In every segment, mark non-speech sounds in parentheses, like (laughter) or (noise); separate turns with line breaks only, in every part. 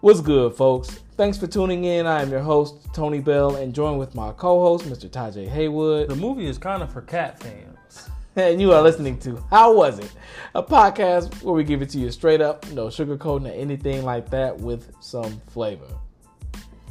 What's good, folks? Thanks for tuning in. I am your host, Tony Bell, and joined with my co host, Mr. Tajay Haywood. (laughs)
The movie is kind of for cat fans.
And you are listening to How Was It? A podcast where we give it to you straight up, no sugarcoating or anything like that with some flavor.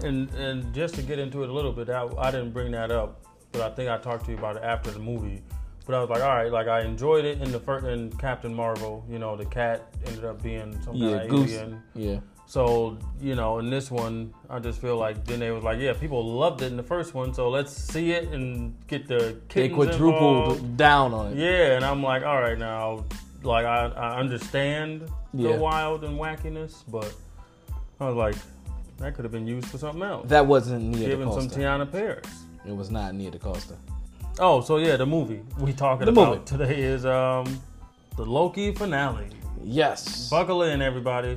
And and just to get into it a little bit, I, I didn't bring that up, but I think I talked to you about it after the movie. But I was like, all right, like I enjoyed it in the first in Captain Marvel. You know, the cat ended up being some kind
Yeah,
of
Goose.
alien.
Yeah.
So you know, in this one, I just feel like then they was like, yeah, people loved it in the first one, so let's see it and get the
They
kittens
quadrupled
involved.
down on it.
Yeah, and I'm like, all right, now, like I, I understand
Yeah.
the wild and wackiness, but I was like, that could have been used for something else.
That wasn't Nia
Giving some
DaCosta.
Tiana Paris.
it was not Nia DaCosta.
Oh, so yeah, the movie we talking
The
about
movie.
today is um the Loki finale.
Yes.
Buckle in, everybody.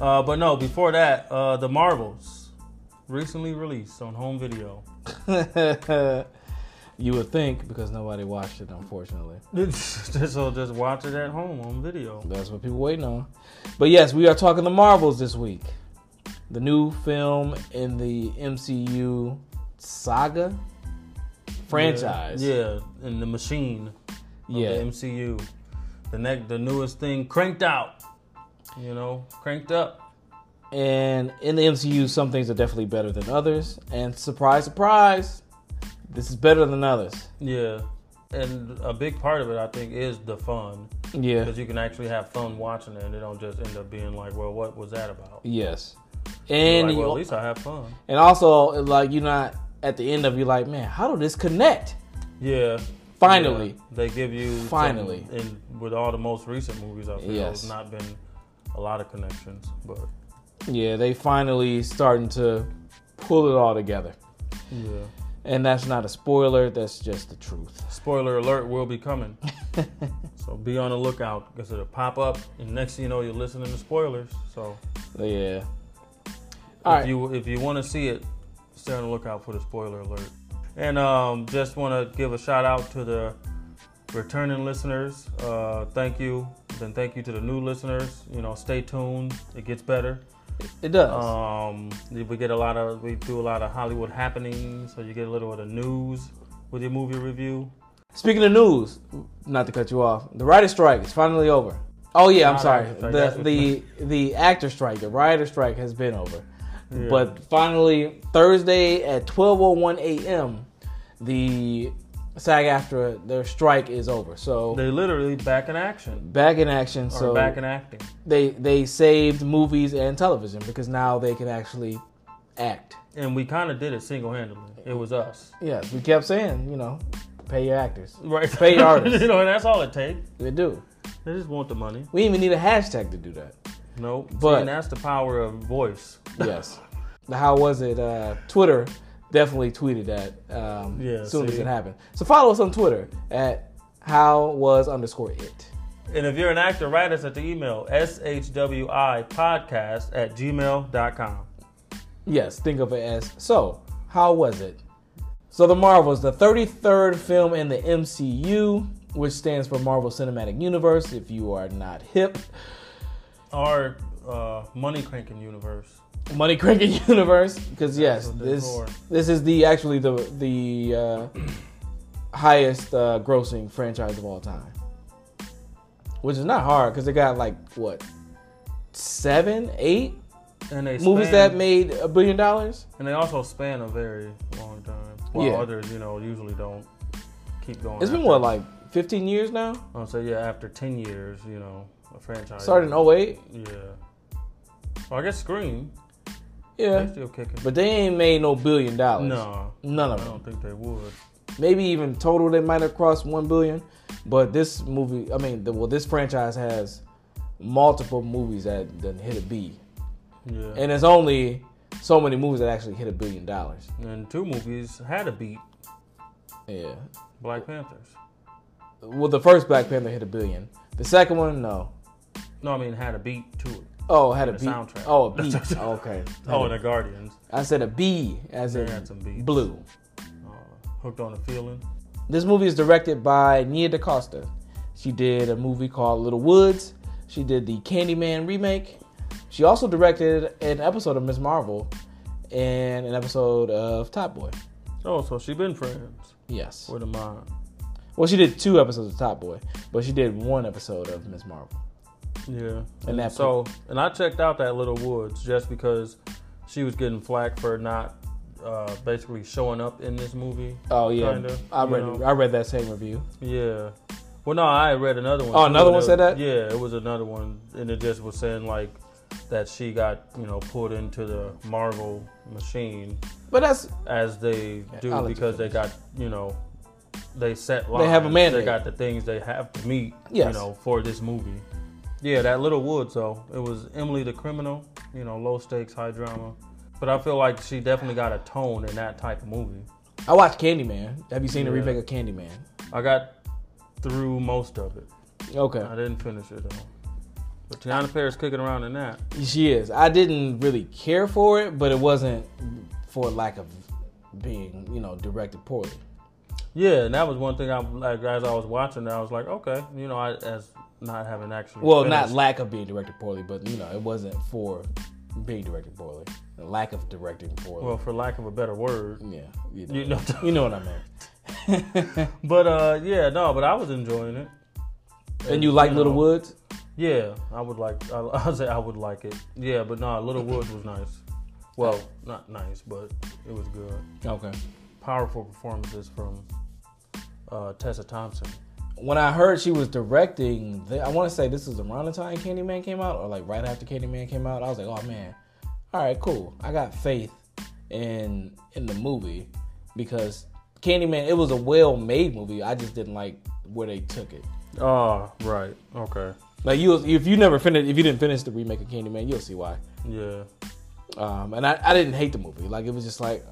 Uh, but no, before that, uh, the Marvels recently released on
(laughs)
home video.
(laughs)
(laughs)
you would think because nobody watched it, unfortunately.
so just watch it at home on video.
That's what people waiting on. But yes, we are talking the Marvels this week. The new film in the MCU saga franchise.
Yeah, yeah, and the machine. of
Yeah.
the MCU. The next, the newest thing, cranked out. You know, cranked up.
And in the MCU, some things are definitely better than others. And surprise, surprise, this is better than others.
Yeah, and a big part of it, I think, is the fun
Yeah.
because you can actually have fun watching it, and it don't just end up being like, well, what was that about?
Yes.
You're
And
like,
you-
well, at least I have fun.
and also like you're not at the end of you like man, how do this connect?
Yeah.
Finally.
Yeah. they give you some-
Finally.
and with all the most recent movies, I feel
Yes.
there's not been a lot of connections, but
Yeah, they finally starting to pull it all together.
yeah.
And that's not a spoiler, that's just the truth.
Spoiler alert will be coming. (laughs) so be on the lookout because it'll pop up, and next thing you know, you're listening to spoilers. So
Yeah.
if
All right.
you if you want to see it, stay on the lookout for the spoiler alert. And um, just want to give a shout out to the returning listeners. Uh, thank you. Then thank you to the new listeners. You know, stay tuned. It gets better.
it does.
Um, we get a lot of we do a lot of Hollywood happenings, so you get a little of the news with your movie review.
Speaking of news, not to cut you off, the writer strike is finally over. Oh yeah, I'm
Not
sorry.
actor strike, that's
The
what-
the the actor strike, the writer strike has been over.
Yeah.
But finally, Thursday at 12:01 a.m., the SAG-AFTRA their strike is over. So
They literally back in action.
back in action.
or
So
back in acting.
they they saved movies and television because now they can actually act.
And we kind of did it single handedly. It was us.
Yes, we kept saying, you know, pay your actors.
Right. (laughs)
Paid artists.
you know, and that's all it takes.
They do.
They just want the money.
We didn't even need a hashtag to do
(laughs)
that.
No. Nope.
But-
But and that's the power of voice.
Yes. How was it? Uh, Twitter definitely tweeted that um,
Yeah,
as soon as
see?
it happened. So follow us on Twitter at how was underscore it.
And if you're an actor, write us at the email shwi podcast at gmail.com.
Yes, think of it as so. How was it? So the Marvels, the 33rd film in the MCU, which stands for Marvel Cinematic Universe. If you are not hip,
Our uh, money cranking universe.
Money Cricket (laughs) Universe, because yes,
what they're
this
for.
this is the actually the the uh, (clears throat) highest uh, grossing franchise of all time, which is not hard because they got like what seven, eight
And they
movies
span-
that made a billion dollars.
And they also span a very long time. While
Yeah.
others, you know, usually don't keep going.
It's been
after-
what like fifteen years now.
I'll say, yeah, after 10 years, you know, a franchise.
Started in 08.
Yeah. Well, I guess Scream.
yeah,
They still kicking.
but they ain't made no billion dollars.
no,
none
I
of them.
don't think they would.
Maybe even total they might have crossed one billion, but this movie, I mean, the, well, this franchise has multiple movies that done hit a B.
Yeah. And,
and there's only so many movies that actually hit a billion dollars.
two movies had a beat
Yeah.
Black Panthers.
Well, the first Black Panther hit a billion. The second one, no.
No, I mean had a beat to it.
Oh, had a
The
beat.
soundtrack.
Oh,
(laughs)
a beat. okay.
Oh, and the Guardians
I said a B as
They
in
had some beats.
blue.
uh, hooked on a feeling.
This movie is directed by Nia DaCosta. She did a movie called Little Woods. She did the Candyman remake. She also directed an episode of Miss Marvel and an episode of Top Boy.
Oh, so she been friends
Yes.
with a mom.
Well, she did two episodes of Top Boy, but she did one episode of Miss Marvel.
Yeah.
And that-
so and I checked out that Little Woods just because she was getting flack for not uh, basically showing up in this movie.
Oh yeah,
Kinda,
I
you
read
know.
I read that same review.
Yeah. Well, no, I read another one.
Oh,
too,
another one said that?
Yeah, it was another one, and it just was saying like that she got you know pulled into the Marvel machine
But that's
as they do
I'll let you
because they got you know they set lines.
They have a mandate.
They got the things they have to meet.
Yes.
You know for this movie. Yeah, that Little Woods though. It was Emily the criminal. You know, low stakes, high drama. But I feel like she definitely got a tone in that type of movie.
I watched Candyman. Have you seen the
Yeah.
remake of Candyman?
I got through most of it.
Okay,
I didn't finish it though. But Tiana Paris kicking around in that.
she is. I didn't really care for it, but it wasn't for lack of being you know directed poorly.
Yeah, and that was one thing I like as I was watching that I was like, okay, you know, I as not having actually
Well, not
finished.
lack of being directed poorly, but you know it wasn't for being directed poorly. The lack of directing poorly.
well for lack of a better word.
yeah, you know,
You know (laughs)
you know what I mean.
But uh yeah, no, but I was enjoying it.
And you like
you
Little
know.
Woods?
Yeah, I would like I (laughs) I say I would like it. Yeah, but no, Little Woods was nice. Well, not nice, but it was good.
Okay.
Powerful performances from uh, Tessa Thompson.
when I heard she was directing, the, I want to say this was around the time Candyman came out, or like right after Candyman came out. I was like, oh man, all right, cool. I got faith in in the movie because Candyman. It was a well made movie. I just didn't like where they took it.
Oh, right. Okay.
Like you, if you never finished, if you didn't finish the remake of Candyman, you'll see why.
Yeah.
Um, and I, I didn't hate the movie. Like it was just like,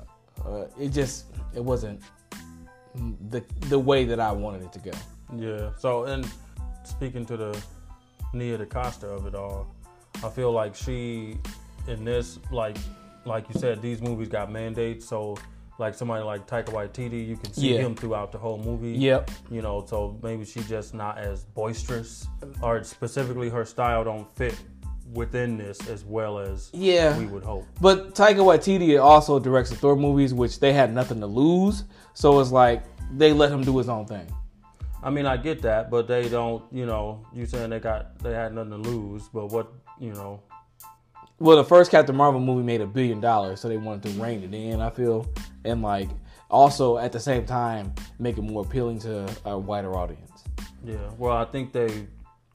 uh, it just it wasn't the the way that I wanted it to go.
Yeah. So, and speaking to the Nia DaCosta of it all, I feel like she, in this, like, like you said, these movies got mandates. So, like somebody like Taika Waititi, you can see
Yeah.
him throughout the whole movie.
Yep.
You know, so maybe she just not as boisterous, or specifically her style don't fit within this as well as
Yeah.
we would hope.
But Taika Waititi also directs the Thor movies, which they had nothing to lose. So it's like they let him do his own thing.
I mean, I get that, but they don't. You know, you saying they got they had nothing to lose, but what you know,
Well, the first Captain Marvel movie made a billion dollars, so they wanted to rein it in. I feel, and like also at the same time make it more appealing to a wider audience.
Yeah, well, I think they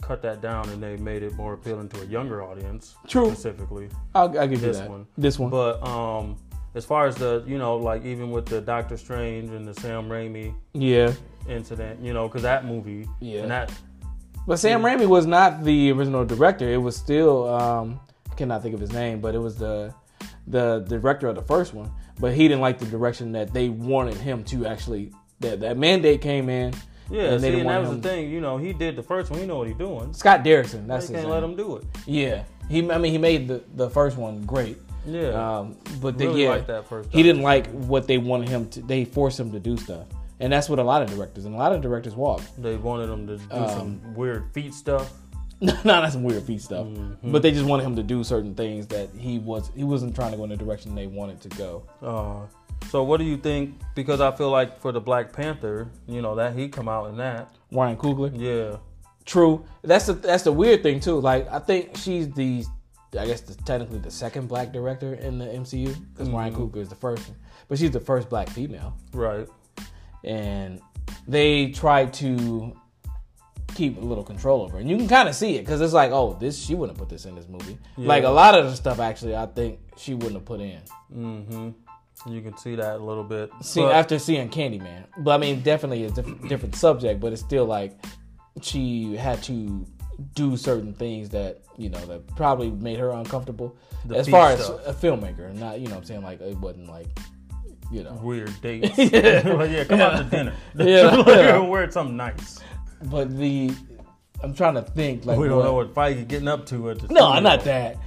cut that down and they made it more appealing to a younger audience
True,
specifically.
I'll, I'll give you
This
that.
one.
This one,
But um, as far as the you know, like even with the Doctor Strange and the Sam Raimi
yeah.
incident, you know, because that movie
Yeah.
and that
But Sam Raimi was not the original director. It was still um, I cannot think of his name, but it was the the director of the first one. But he didn't like the direction that they wanted him to actually. That that mandate came in.
yeah,
they
see,
didn't
and that
want
was
him-
the thing, you know, he did the first one, he know what he doing.
Scott Derrickson.
They
That's
can't
his
let
name.
him do it.
Yeah, he. I mean, he made the the first one great.
Yeah,
Um, but the,
really
yeah,
like that first.
he didn't like what they wanted him to. They forced him to do stuff, and that's what a lot of directors and a lot of directors walk.
They wanted him to do
Um,
some weird feet stuff.
(laughs) no, that's some weird feet stuff. But they just wanted him to do certain things that he was he wasn't trying to go in the direction they wanted to go.
Uh, so what do you think? Because I feel like for the Black Panther, you know that he come out in that.
Ryan Coogler,
Yeah.
true. That's the that's the weird thing too. Like I think she's the I guess the, technically the second black director in the MCU because Ryan Coogler is the first one, but she's the first black female.
Right.
and they try to keep a little control over. it. And you can kind of see it because it's like, oh, this she wouldn't have put this in this movie. Like a lot of the stuff, actually, I think she wouldn't have put in.
hmm You can see that a little bit.
See,
But-
after seeing Candyman, but I mean, definitely it's a diff- different subject, but it's still like she had to do certain things that you know that probably made her uncomfortable
The
as
feet
far as
stuff.
a filmmaker. Not you know, what I'm saying like it wasn't like you know,
(laughs) weird
(laughs)
dates. (laughs) Well, yeah, come out to dinner. (laughs)
Yeah.
Like,
Yeah.
Wear something nice.
but the I'm trying to think like
We don't
what-
know what Feige getting up to at
(laughs)
the
No,
studio.
not that.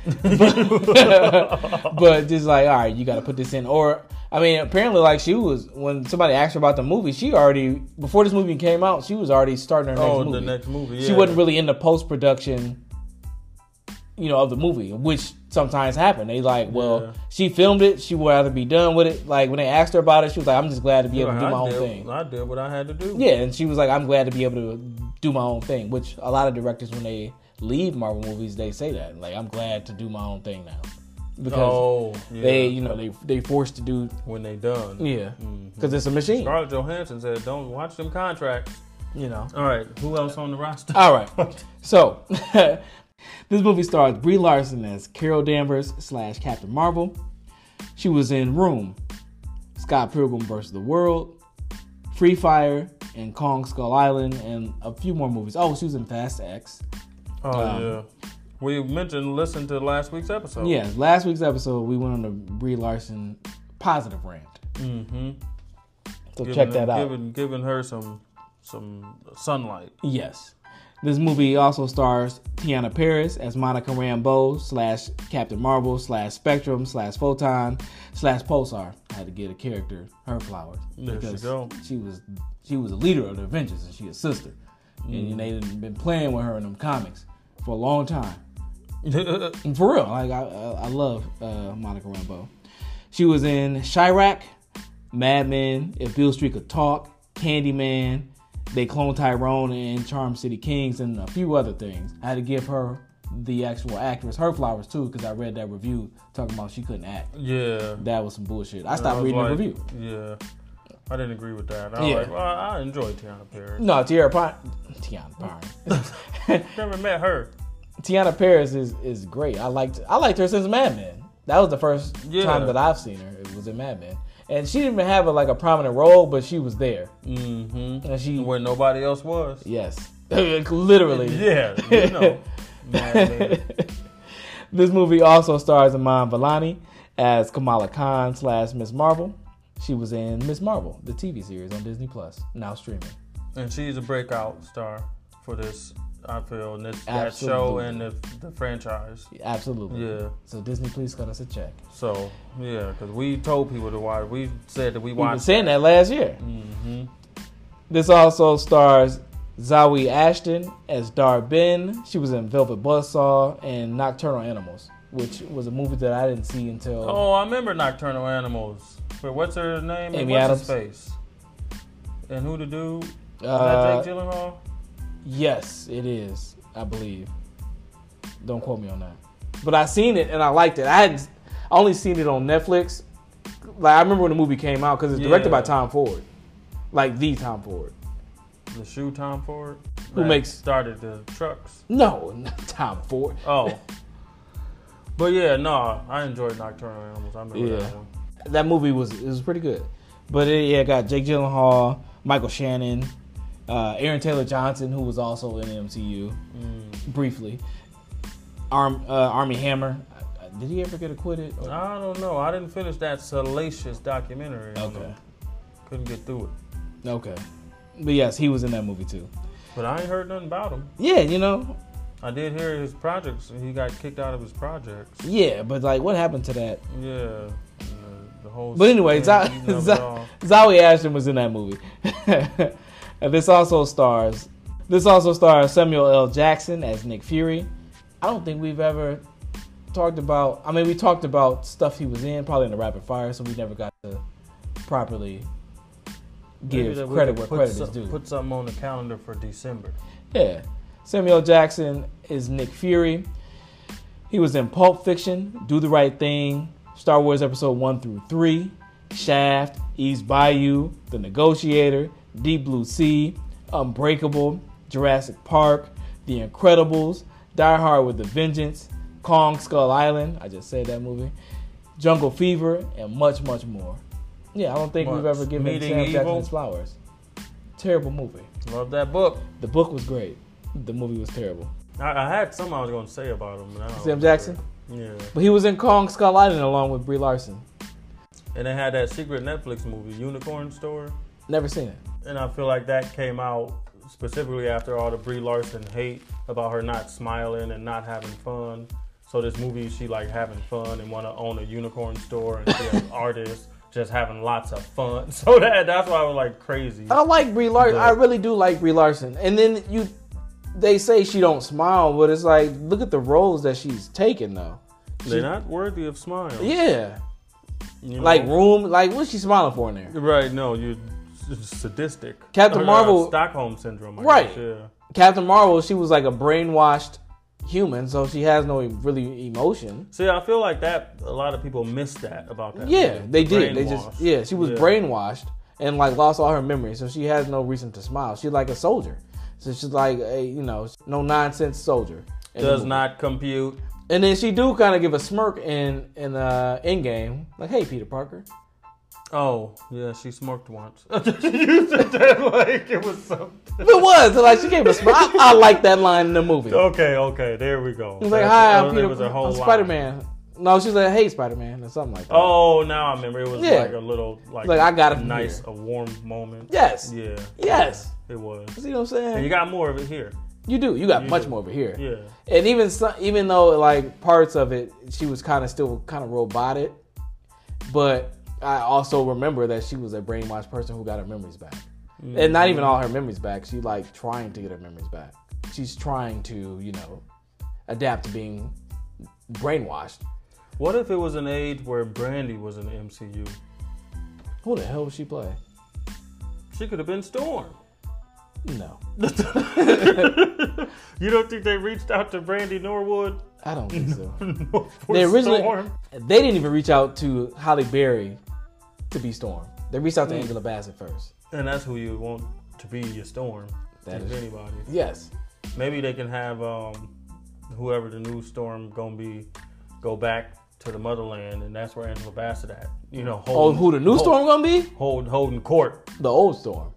But, (laughs) but just like, all right, you got to put this in. Or, I mean, apparently, like she was when somebody asked her about the movie, she already before this movie came out, she was already starting her next
Oh,
movie.
the next movie. Yeah.
She wasn't really in the post production you know, of the movie, which sometimes happen. They like, well,
Yeah.
she filmed it. She would rather be done with it. Like when they asked her about it, she was like, I'm just glad to be able to do
I
my own
did,
thing.
I did what I had to do.
Yeah, and she was like, I'm glad to be able to do my own thing. Which a lot of directors, when they leave Marvel movies, they say that. Like, I'm glad to do my own thing now because
oh, yeah.
they, you know, they they forced to do
when they done.
yeah
Mm-hmm.
because it's a machine.
Scarlett Johansson said, "Don't watch them contracts."
You know.
All right, who else on the roster?
All right.
(laughs)
So, (laughs) this movie stars Brie Larson as Carol Danvers slash Captain Marvel. She was in Room, Scott Pilgrim vs. the World, Free Fire, and Kong Skull Island, and a few more movies. Oh, she was in Fast X.
Oh
Um,
yeah, we mentioned listen to last week's episode.
Yeah, last week's episode we went on a Brie Larson positive rant.
Mm-hmm.
So
Giving
check
her-
that out.
Giving, giving her some some sunlight. (laughs)
Yes. This movie also stars Tiana Paris as Monica Rambeau slash Captain Marvel slash Spectrum slash Photon slash Pulsar. I had to get a character her flowers
There she go.
she was she was a leader of the Avengers and she a sister,
Mm.
and they had been playing with her in them comics for a long time. And for real, like I, I, I love uh, Monica Rambeau. She was in Chirac, Mad Men, If Bill Street Could Talk, Candyman, They Clone Tyrone, and Charm City Kings, and a few other things. I had to give her the actual actress her flowers too, because I read that review talking about she couldn't act.
yeah.
That was some bullshit. I
I
stopped
was
reading
like-
the review.
Yeah. I didn't agree with that. I was
Yeah.
like, well, I enjoy Tiana Paris.
No, Tiara Pine, Tiana Pine,
Never met her.
Tiana Paris is is great. I liked I liked her since Mad Men. That was the first
Yeah.
time that I've seen her. It was in Mad Men, and she didn't even have a, like a prominent role, but she was there,
Mm-hmm.
and she
Where nobody else was.
yes, (laughs) literally.
Yeah,
(laughs)
you know. Mad Men.
This movie also stars Iman Vellani as Kamala Khan slash Miss Marvel. She was in Miss Marvel, the TV series on Disney Plus, now streaming.
and she's a breakout star for this, I feel, and this, that show
Absolutely.
and the, the franchise.
Absolutely.
Yeah.
So Disney, please cut us a check.
So, yeah, because we told people to watch. We said that we
We've been
watched.
saying that last year.
Mm-hmm.
This also stars Zoe Ashton as Dar Ben. She was in Velvet Buzzsaw and Nocturnal Animals, which was a movie that I didn't see until
Oh, I remember Nocturnal Animals. But what's her name? and
Amy
what's
Adams.
his face? And who the dude? Is
uh,
that Jake Gyllenhaal?
yes, it is, I believe. Don't quote me on that. But I seen it and I liked it. I hadn't I only seen it on Netflix. Like I remember when the movie came out because it's directed
Yeah.
by Tom Ford, like the Tom Ford.
The shoe Tom Ford?
Who
That
makes-
started the trucks.
No, (laughs) not Tom Ford.
Oh. (laughs) but yeah, no, I enjoyed Nocturnal Animals. I remember
Yeah.
that one.
that movie was it was pretty good. But it, yeah, it got Jake Gyllenhaal, Michael Shannon, uh, Aaron Taylor Johnson, who was also in the MCU
Mm.
briefly. Arm, uh, Army Hammer. Uh, Did he ever get acquitted? Or-
I don't know. I didn't finish that salacious documentary. on
Okay.
them. Couldn't get through it.
Okay. But yes, he was in that movie too.
But I ain't heard nothing about him.
Yeah, you know.
I did hear his projects. He got kicked out of his projects.
Yeah, but like, what happened to that?
Yeah. The, the whole
But anyway,
scene
Zo-
eating of it
Zo-
all.
Zoe Ashton was in that movie. (laughs) and this also stars this also stars Samuel L. Jackson as Nick Fury. I don't think we've ever talked about I mean we talked about stuff he was in, probably in the rapid fire, so we never got to properly
Maybe
give
that we
credit
could
where
put
credit
some-
is due.
Put something on the calendar for December.
Yeah. Samuel Jackson is Nick Fury. He was in Pulp Fiction, Do the Right Thing, Star Wars Episode 1 through 3, Shaft, East Bayou, The Negotiator, Deep Blue Sea, Unbreakable, Jurassic Park, The Incredibles, Die Hard with a Vengeance, Kong Skull Island, I just said that movie, Jungle Fever, and much, much more. Yeah, I don't think we've
Much.
ever given
Meeting
Sam Jackson
Evil.
his flowers. Terrible movie.
Love that book.
The book was great. The movie was terrible.
I, I had something I was going to say about him. but I don't
Sam Jackson?
remember. Yeah.
But he was in Kong Skull Island along with Brie Larson.
And they had that secret Netflix movie, Unicorn Store.
Never seen it.
And I feel like that came out specifically after all the Brie Larson hate about her not smiling and not having fun. So this movie, she like having fun and want to own a unicorn store and be
(laughs)
an artist, just having lots of fun. (laughs) So
Oh,
that that's why I was like crazy.
I like Brie Larson.
But-
I really do like Brie Larson. And then you they say she don't smile, but it's like look at the roles that she's taken though.
They're not worthy of smiles.
Yeah,
you know?
like room, like what's she smiling for in there?
right? No, you're s- sadistic.
Captain
Or, uh,
Marvel-
Stockholm syndrome. I
Right.
Guess, yeah.
Captain Marvel, she was like a brainwashed human, so she has no really emotion.
See, I feel like that. A lot of people miss that about that.
Yeah,
movie.
they did. They just
Brainwashed.
yeah, she was brainwashed and like lost all her memory, so she has no reason to smile. She's like a soldier, so she's like a you know no nonsense soldier. in the
Does
movie.
not compute.
And then she do kind of give a smirk in in uh in game, like hey Peter Parker.
Oh, yeah, she smirked once. (laughs) you said that like it was something.
It was like she gave a smirk. I, I like that line in the movie. It
Okay, okay, there we go.
was like
That's-
hi,
oh,
I'm
it
Peter.
was a whole
I'm
line.
Spider Man. No, she's like hey Spider Man or something like that.
Oh, now I remember. It was
Yeah.
like a little, like,
Like, I got it from
nice,
here.
a warm moment.
Yes.
Yeah.
Yes.
It was.
See what I'm saying?
And you got more of it here.
You do. You got
You
much
do.
more over here.
Yeah.
And even some, even though like parts of it, she was kind of still kind of robotic, but I also remember that she was a brainwashed person who got her memories back, and not even all her memories back. She like trying to get her memories back. She's trying to you know adapt to being brainwashed.
What if it was an age where Brandy was in the MCU?
Who the hell would she play?
She could have been Storm.
No,
You don't think they reached out to Brandy Norwood?
I don't think so.
for
They originally-
Storm?
they didn't even reach out to Holly Berry to be Storm. They reached out to Angela Bassett first.
And that's who you want to be your Storm.
That is-
if anybody.
Yes.
Maybe they can have um, whoever the new storm gonna be go back to the motherland, and that's where Angela Bassett at. You know,
Oh,
holding,
who the new
hold-
Storm gonna be?
hold, holding court.
The old Storm.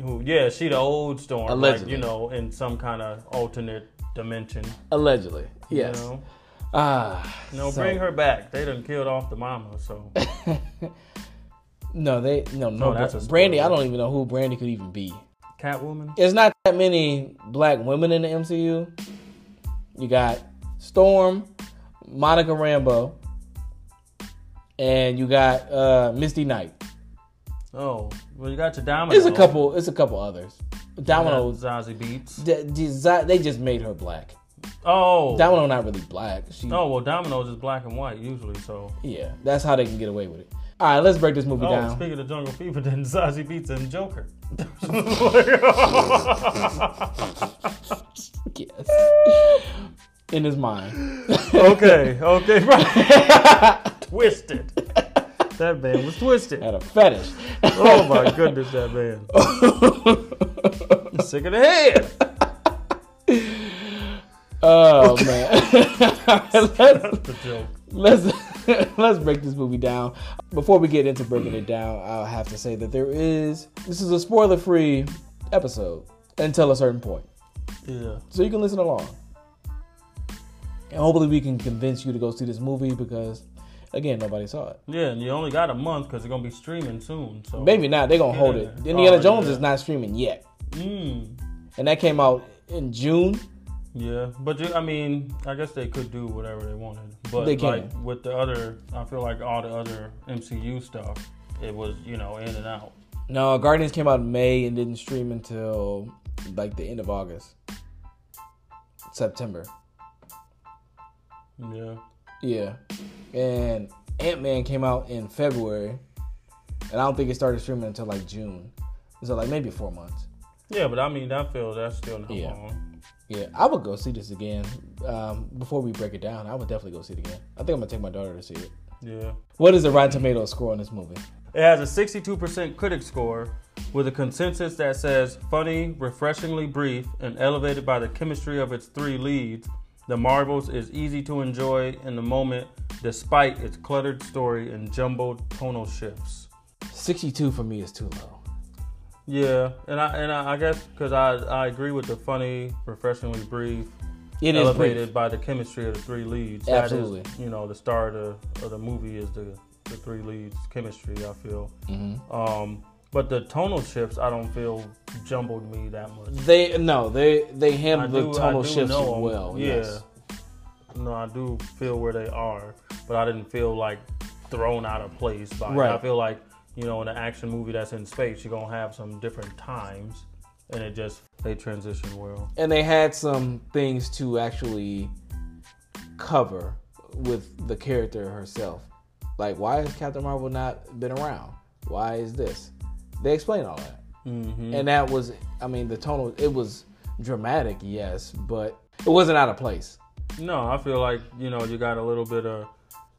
Who? Yeah, she the old storm,
Allegedly.
like you know, in some kind of alternate dimension.
Allegedly, yes.
You know?
Ah,
No,
so-
bring her back. They done killed off the mama,
(laughs)
so
No, they no no.
No, that's a
Brandy, I
spoiler.
don't even know who Brandy could even be.
Catwoman.
There's not that many black women in the MCU. You got Storm, Monica Rambo, and you got uh, Misty Knight.
Oh, well, you got your domino.
There's a couple. It's a couple others. Domino,
Domino Zazie Beats.
d- d- they just made her black.
Oh.
Domino not really black. She
oh well, Domino's is black and white usually, so.
yeah. That's how they can get away with it. All right, let's break this movie
Oh,
down.
speaking of Jungle Fever, (laughs) then Zazie beats and Joker.
Yes. (laughs) In his mind.
okay, okay, right. (laughs) twisted. That man was twisted.
Had a fetish.
Oh
(laughs)
my goodness, that man. Sick of the head.
Oh man. (laughs) let's,
The joke.
let's let's break this movie down. Before we get into breaking it down, I'll have to say that there is this is a spoiler free episode until a certain point.
Yeah.
So you can listen along. And hopefully we can convince you to go see this movie because again nobody saw it.
Yeah, and you only got a month because they're gonna be streaming soon. So
Maybe not, they're gonna hold it.
Yeah.
Indiana
Oh,
Jones
yeah.
is not streaming yet.
Mm,
And that came out in June.
yeah, but you, I mean, I guess they could do whatever they wanted. But
They can.
like with the other, I feel like all the other MCU stuff, it was you know in and out.
No, Guardians came out in May and didn't stream until like the end of August, September.
Yeah.
Yeah, and Ant Man came out in February, and I don't think it started streaming until like June, so like maybe four months.
Yeah, but I mean, I feel that's still not
Yeah.
long.
Yeah, I would go see this again. Um, before we break it down, I would definitely go see it again. I think I'm gonna take my daughter to see it.
Yeah.
What is the Rotten Tomatoes score on this movie?
It has a 62% critic score with a consensus that says funny, refreshingly brief, and elevated by the chemistry of its three leads. The Marvels is easy to enjoy in the moment despite its cluttered story and jumbled tonal shifts.
62 for me is too low.
Yeah, and I and I, I guess because I, I agree with the funny, refreshingly brief,
It is
elevated
brief.
by the chemistry of the three leads.
Absolutely.
That is, you know, the star of the, of the movie is the, the three leads chemistry, I feel.
Mm-hmm.
Um, but the tonal shifts, I don't feel jumbled me that much.
They no, they they
I
handled
do-
the tonal
I do
shifts
know 'em.
well.
Yeah.
Yes.
No, I do feel where they are, but I didn't feel like thrown out of place by it.
Right.
I feel like, you know, in an action movie that's in space, you're going to have some different times and it just they transition well.
and they had some things to actually cover with the character herself. Like, why has Captain Marvel not been around? Why is this? They explain all that,
Mm-hmm.
and that was, I mean, the tone. It was dramatic, yes, but it wasn't out of place.
No, I feel like you know you got a little bit of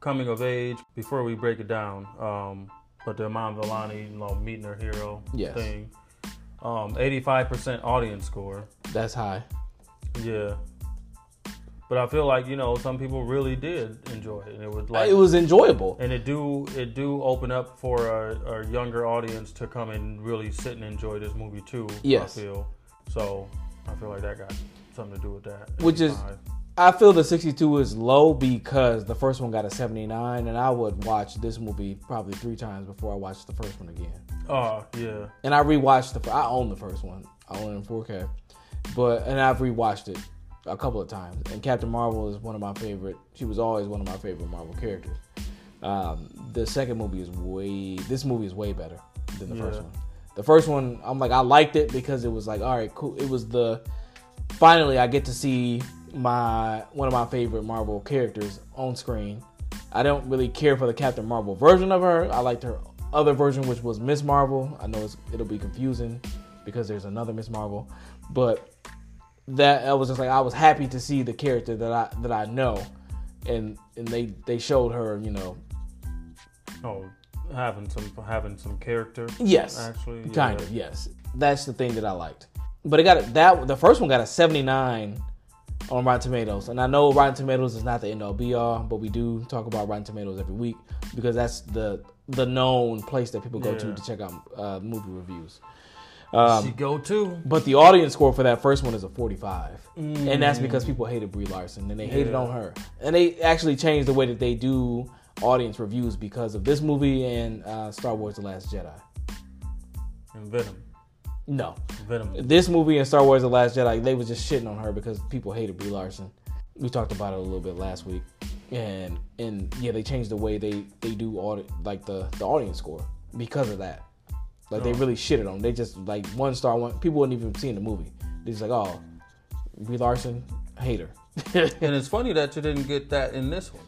coming of age before we break it down. Um, but the Iman Vellani, you know, meeting her hero
Yes.
thing, um, eighty-five percent audience score.
That's high.
Yeah. But I feel like you know some people really did enjoy it, and it was like
it was enjoyable.
and it do it do open up for a, a younger audience to come and really sit and enjoy this movie too.
Yes.
I feel so. I feel like that got something to do with that.
Which is-
85.
I feel the 62 is low because the first one got a 79, and I would watch this movie probably three times before I watched the first one again.
oh yeah,
and I rewatched the. fir- I own the first one. I own it in 4K, but and I've rewatched it a couple of times. And Captain Marvel is one of my favorite. She was always one of my favorite Marvel characters. Um, the second movie is way. This movie is way better than the first
Yeah.
one. The first one, I'm like, I liked it because it was like, all right, cool. It was the finally I get to see my one of my favorite Marvel characters on screen. I don't really care for the Captain Marvel version of her. I liked her other version, which was Miss Marvel. I know it's, it'll be confusing because there's another Miss Marvel, but that I was just like I was happy to see the character that I that I know, and and they they showed her you know
oh having some having some character.
yes
Actually, yeah.
kind of yes that's the thing that I liked, but it got a, that the first one got a 79 on Rotten Tomatoes, and I know Rotten Tomatoes is not the end all be all, but we do talk about Rotten Tomatoes every week because that's the the known place that people go to
Yeah.
to check out uh, movie reviews.
she go too.
But the audience score for that first one is a 45. And that's because people hated Brie Larson and they hated
Mm. Yeah.
on her. And they actually changed the way that they do audience reviews because of this movie and uh, Star Wars The Last Jedi.
And Venom,
No.
Venom.
This movie and Star Wars The Last Jedi, they was just shitting on her because people hated Brie Larson. We talked about it a little bit last week. And and yeah, they changed the way they they do audit like the the audience score because of that. Like they
Oh.
really shitted on. 'em. They just like one star one people wouldn't even seen the movie. They just like, "Oh, Brie Larson hater."
(laughs) And it's funny that you didn't get that in this one.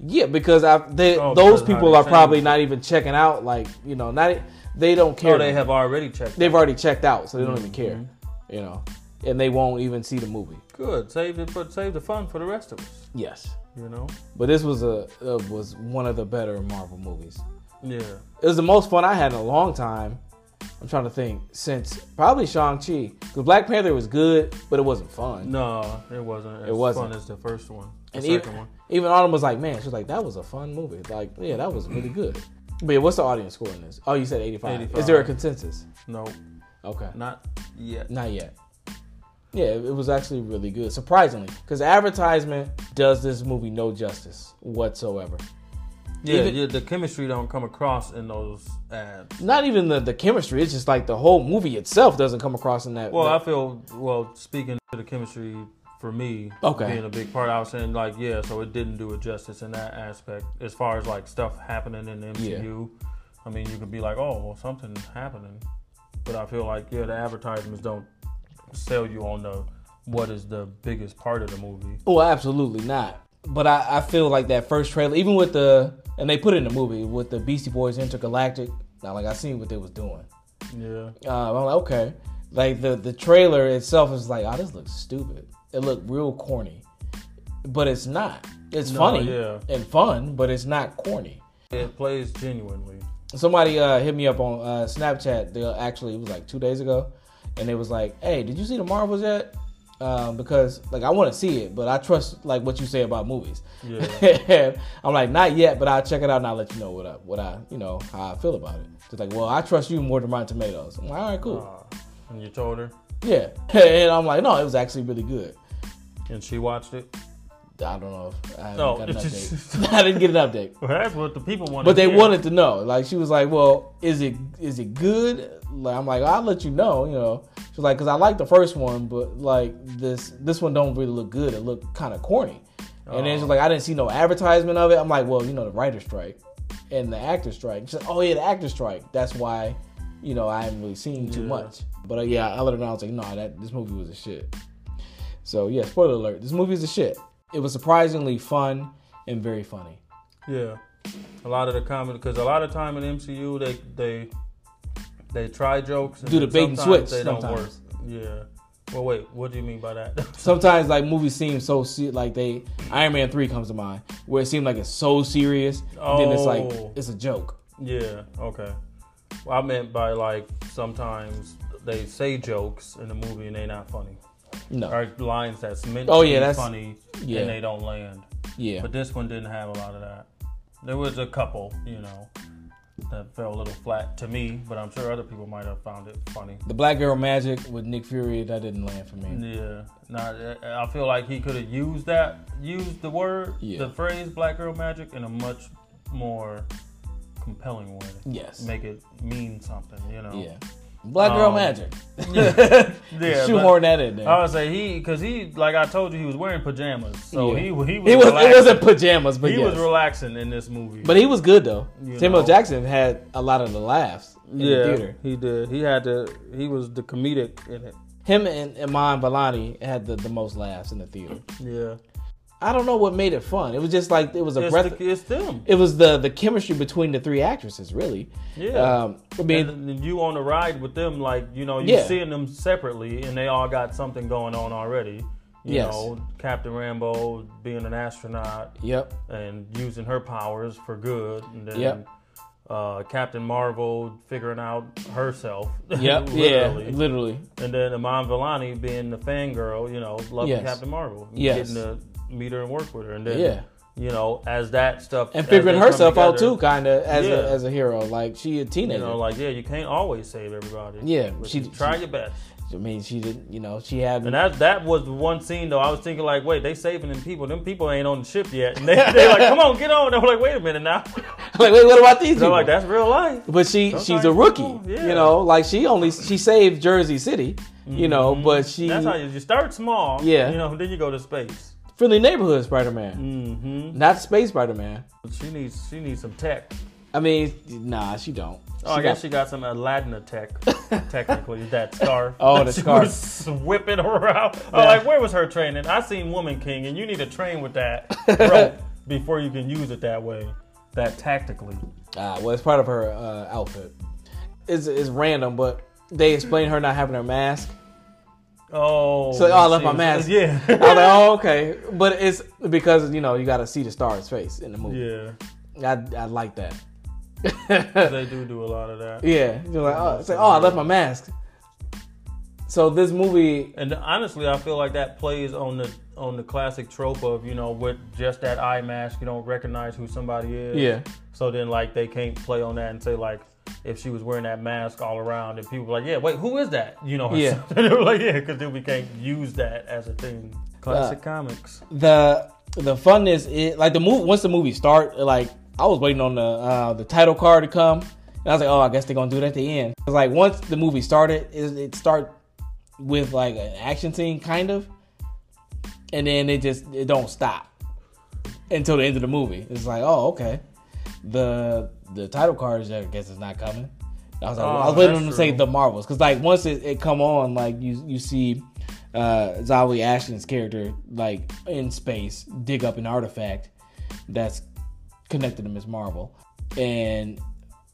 yeah, because I they,
Oh, because
those
of how
people
they
are probably
changed
not even checking out like, you know, not they don't care.
Oh, they have Mm-hmm, already checked.
they've already checked out, so they don't even care. You know. And they won't even see the movie.
Good. Save it, but save the fun for the rest of us.
Yes,
You know.
but this was a uh, was one of the better Marvel movies.
Yeah.
It was the most fun I had in a long time. I'm trying to think since probably Shang Chi because Black Panther was good, but it wasn't fun.
No, it wasn't. As
It wasn't.
fun as the first one. The
and
second
even,
one.
even Autumn was like, "Man, she's like that was a fun movie. Like, yeah, that was really good." But yeah, what's the audience score in this? Oh, you said 85.
85.
Is there a consensus?
No,
Okay,
not yet.
not yet. Yeah, it it was actually really good, surprisingly, because advertisement does this movie no justice whatsoever.
Yeah,
Even-
yeah, the chemistry don't come across in those ads.
not even the, the chemistry. It's just like the whole movie itself doesn't come across in that.
Well, I
that-
feel well speaking to the chemistry for me
Okay.
being a big part. I was saying like yeah, so it didn't do it justice in that aspect as far as like stuff happening in the MCU. I mean, you could be like, oh, well, something's happening, but I feel like yeah, the advertisements don't sell you on the what is the biggest part of the movie.
oh, absolutely not. But I, I feel like that first trailer, even with the and they put it in the movie with the Beastie Boys intergalactic. Now, like I seen what they was doing.
Yeah,
Uh, I'm like, okay, like the the trailer itself is like, oh, this looks stupid. It looked real corny, but it's not. It's
No,
funny
yeah.
and fun, but it's not corny.
it plays genuinely.
somebody uh, hit me up on uh, Snapchat. They actually it was like two days ago, and it was like, "Hey, did you see the Marvels yet?" Um, because like I want to see it, but I trust like what you say about movies.
Yeah.
And (laughs) I'm like, not yet, but I'll check it out and I'll let you know what up, what I, you know, how I feel about it. Just like, well, I trust you more than Rotten Tomatoes. I'm like, all right, cool,
Uh, and you told her,
yeah. (laughs) and I'm like, no, it was actually really good.
and she watched it.
I don't know if I haven't
No, (laughs)
got an
it's just-
update. (laughs) I didn't get an update.
Well, that's what the people wanted.
But they
to hear.
wanted to know. Like she was like, "Well, is it is it good?" Like I'm like, "I'll let you know." You know, she's like, "Cause I like the first one, but like this this one don't really look good. It looked kind of corny." And then
Oh.
she's like, "I didn't see no advertisement of it." I'm like, "Well, you know, the writer strike and the actor strike." She's like, "Oh yeah, the actor strike. That's why, you know, I haven't really seen too
Yeah.
much." But uh, yeah, I let her know. I was like, nah, that this movie was a shit. So yeah, spoiler alert. This movie is a shit. It was surprisingly fun and very funny.
Yeah, a lot of the comedy because a lot of time in MCU they they they try jokes and
Do the
then
bait and
sometimes
switch
They don't
sometimes.
work. Yeah. Well, wait. What do you mean by that? (laughs)
Sometimes like movies seem so se- like they Iron Man three comes to mind where it seemed like it's so serious and then it's
Oh.
like it's a joke.
yeah. Okay. Well, I meant by like sometimes they say jokes in the movie and they not funny.
No,
Or lines that's meant
Oh,
to
yeah,
be
that's-
funny
yeah.
and they don't land.
yeah,
But this one didn't have a lot of that. There was a couple, you know, that fell a little flat to me, but I'm sure other people might have found it funny.
the Black Girl Magic with Nick Fury that didn't land for me.
Yeah, not. I feel like he could have used that, used the word,
Yeah.
the phrase "black girl magic" in a much more compelling way.
Yes,
Make it mean something, you know.
yeah, Black Girl
Um,
Magic. (laughs)
Yeah, yeah,
Shoehorn
but
that in there.
I would say he, because he, like I told you, he was wearing pajamas, so
Yeah.
he he was
it was
relaxing.
it wasn't pajamas, but
he
yes.
was relaxing in this movie.
But he was good though.
You
Samuel
know.
Jackson had a lot of the laughs in the theater.
he did. He had to. He was the comedic in it.
Him and Iman Balani had the, the most laughs in the theater.
Yeah,
I don't know what made it fun. It was just like it was a
it's,
breath.
the, it's them.
it was the the chemistry between the three actresses, really.
Yeah.
Um, I mean,
and then you on the ride with them, like you know, you're
Yeah.
seeing them separately, and they all got something going on already. You
Yes.
know, Captain Rambo being an astronaut
yep,
and using her powers for good, and then
Yep.
uh, Captain Marvel figuring out herself. (laughs)
yep, yeah,
literally.
literally.
And then Iman Vellani being the fangirl, you know, loving
Yes.
Captain Marvel,
Yes.
getting to meet her and work with her, and then
Yeah.
you know, as that stuff
And
as they
figuring
come
herself out
together,
too, kind of as
Yeah.
a as a hero. Like she a
You
teenager.
know, like yeah, you can't always save everybody.
Yeah,
but
she-
you try your best.
I mean, she didn't. You know, she had. (laughs)
And that that was the one scene though. I was thinking like, wait, they saving them people. Them people ain't on the ship yet. And they (laughs) they like, come on, get on. They were like, wait a minute now. (laughs)
like, wait, what about these?
They're
people?
like, that's real life.
But she she's a
Sometimes
rookie.
people- yeah.
You know, like she only she saved Jersey City. You know, but she
Mm-hmm. That's how you, you start small.
Yeah.
you know, then you go to space.
friendly neighborhood Spider Man,
Mm-hmm.
not space Spider Man.
She needs she needs some tech.
I mean, nah, she don't.
Oh,
She
I guess
got-
she got some Aladdin
(laughs)
tech. technically, that scarf.
Oh,
that
the
she
scarf.
was whipping around. I'm
Yeah.
like, where was her training? I seen Woman King, and you need to train with that rope
(laughs)
before you can use it that way, that tactically.
Ah, well, it's part of her uh, outfit. It's it's random, but they explain her not having her mask.
Oh,
So, oh, I left
she
my mask. (laughs)
was-
I
Yeah,
was like, oh, okay, but it's because you know you got to see the star's face in the movie.
yeah.
I I like that.
(laughs) They do do a lot of that.
yeah, you're like, oh, it's like, oh, I left my mask. So this movie
And honestly, I feel like that plays on the on the classic trope of you know with just that eye mask, you don't recognize who somebody is.
Yeah.
So then like they can't play on that and say like if she was wearing that mask all around and people were like yeah wait who is that you know
Yeah.
(laughs) they were like yeah because then we can't use that as a thing.
Uh,
Classic comics.
the the funness is like the movie once the movie start like I was waiting on the uh, the title card to come and I was like oh I guess they're gonna do it at the end 'Cause, like once the movie started it, it start with like an action scene kind of and then it just it don't stop until the end of the movie it's like oh okay the the title card is I guess it's not coming I was like I
Oh,
was waiting on
that's
them to say
true.
the Marvels because like once it, it come on like you you see uh Zawi Ashton's character like in space dig up an artifact that's connected to Miss Marvel and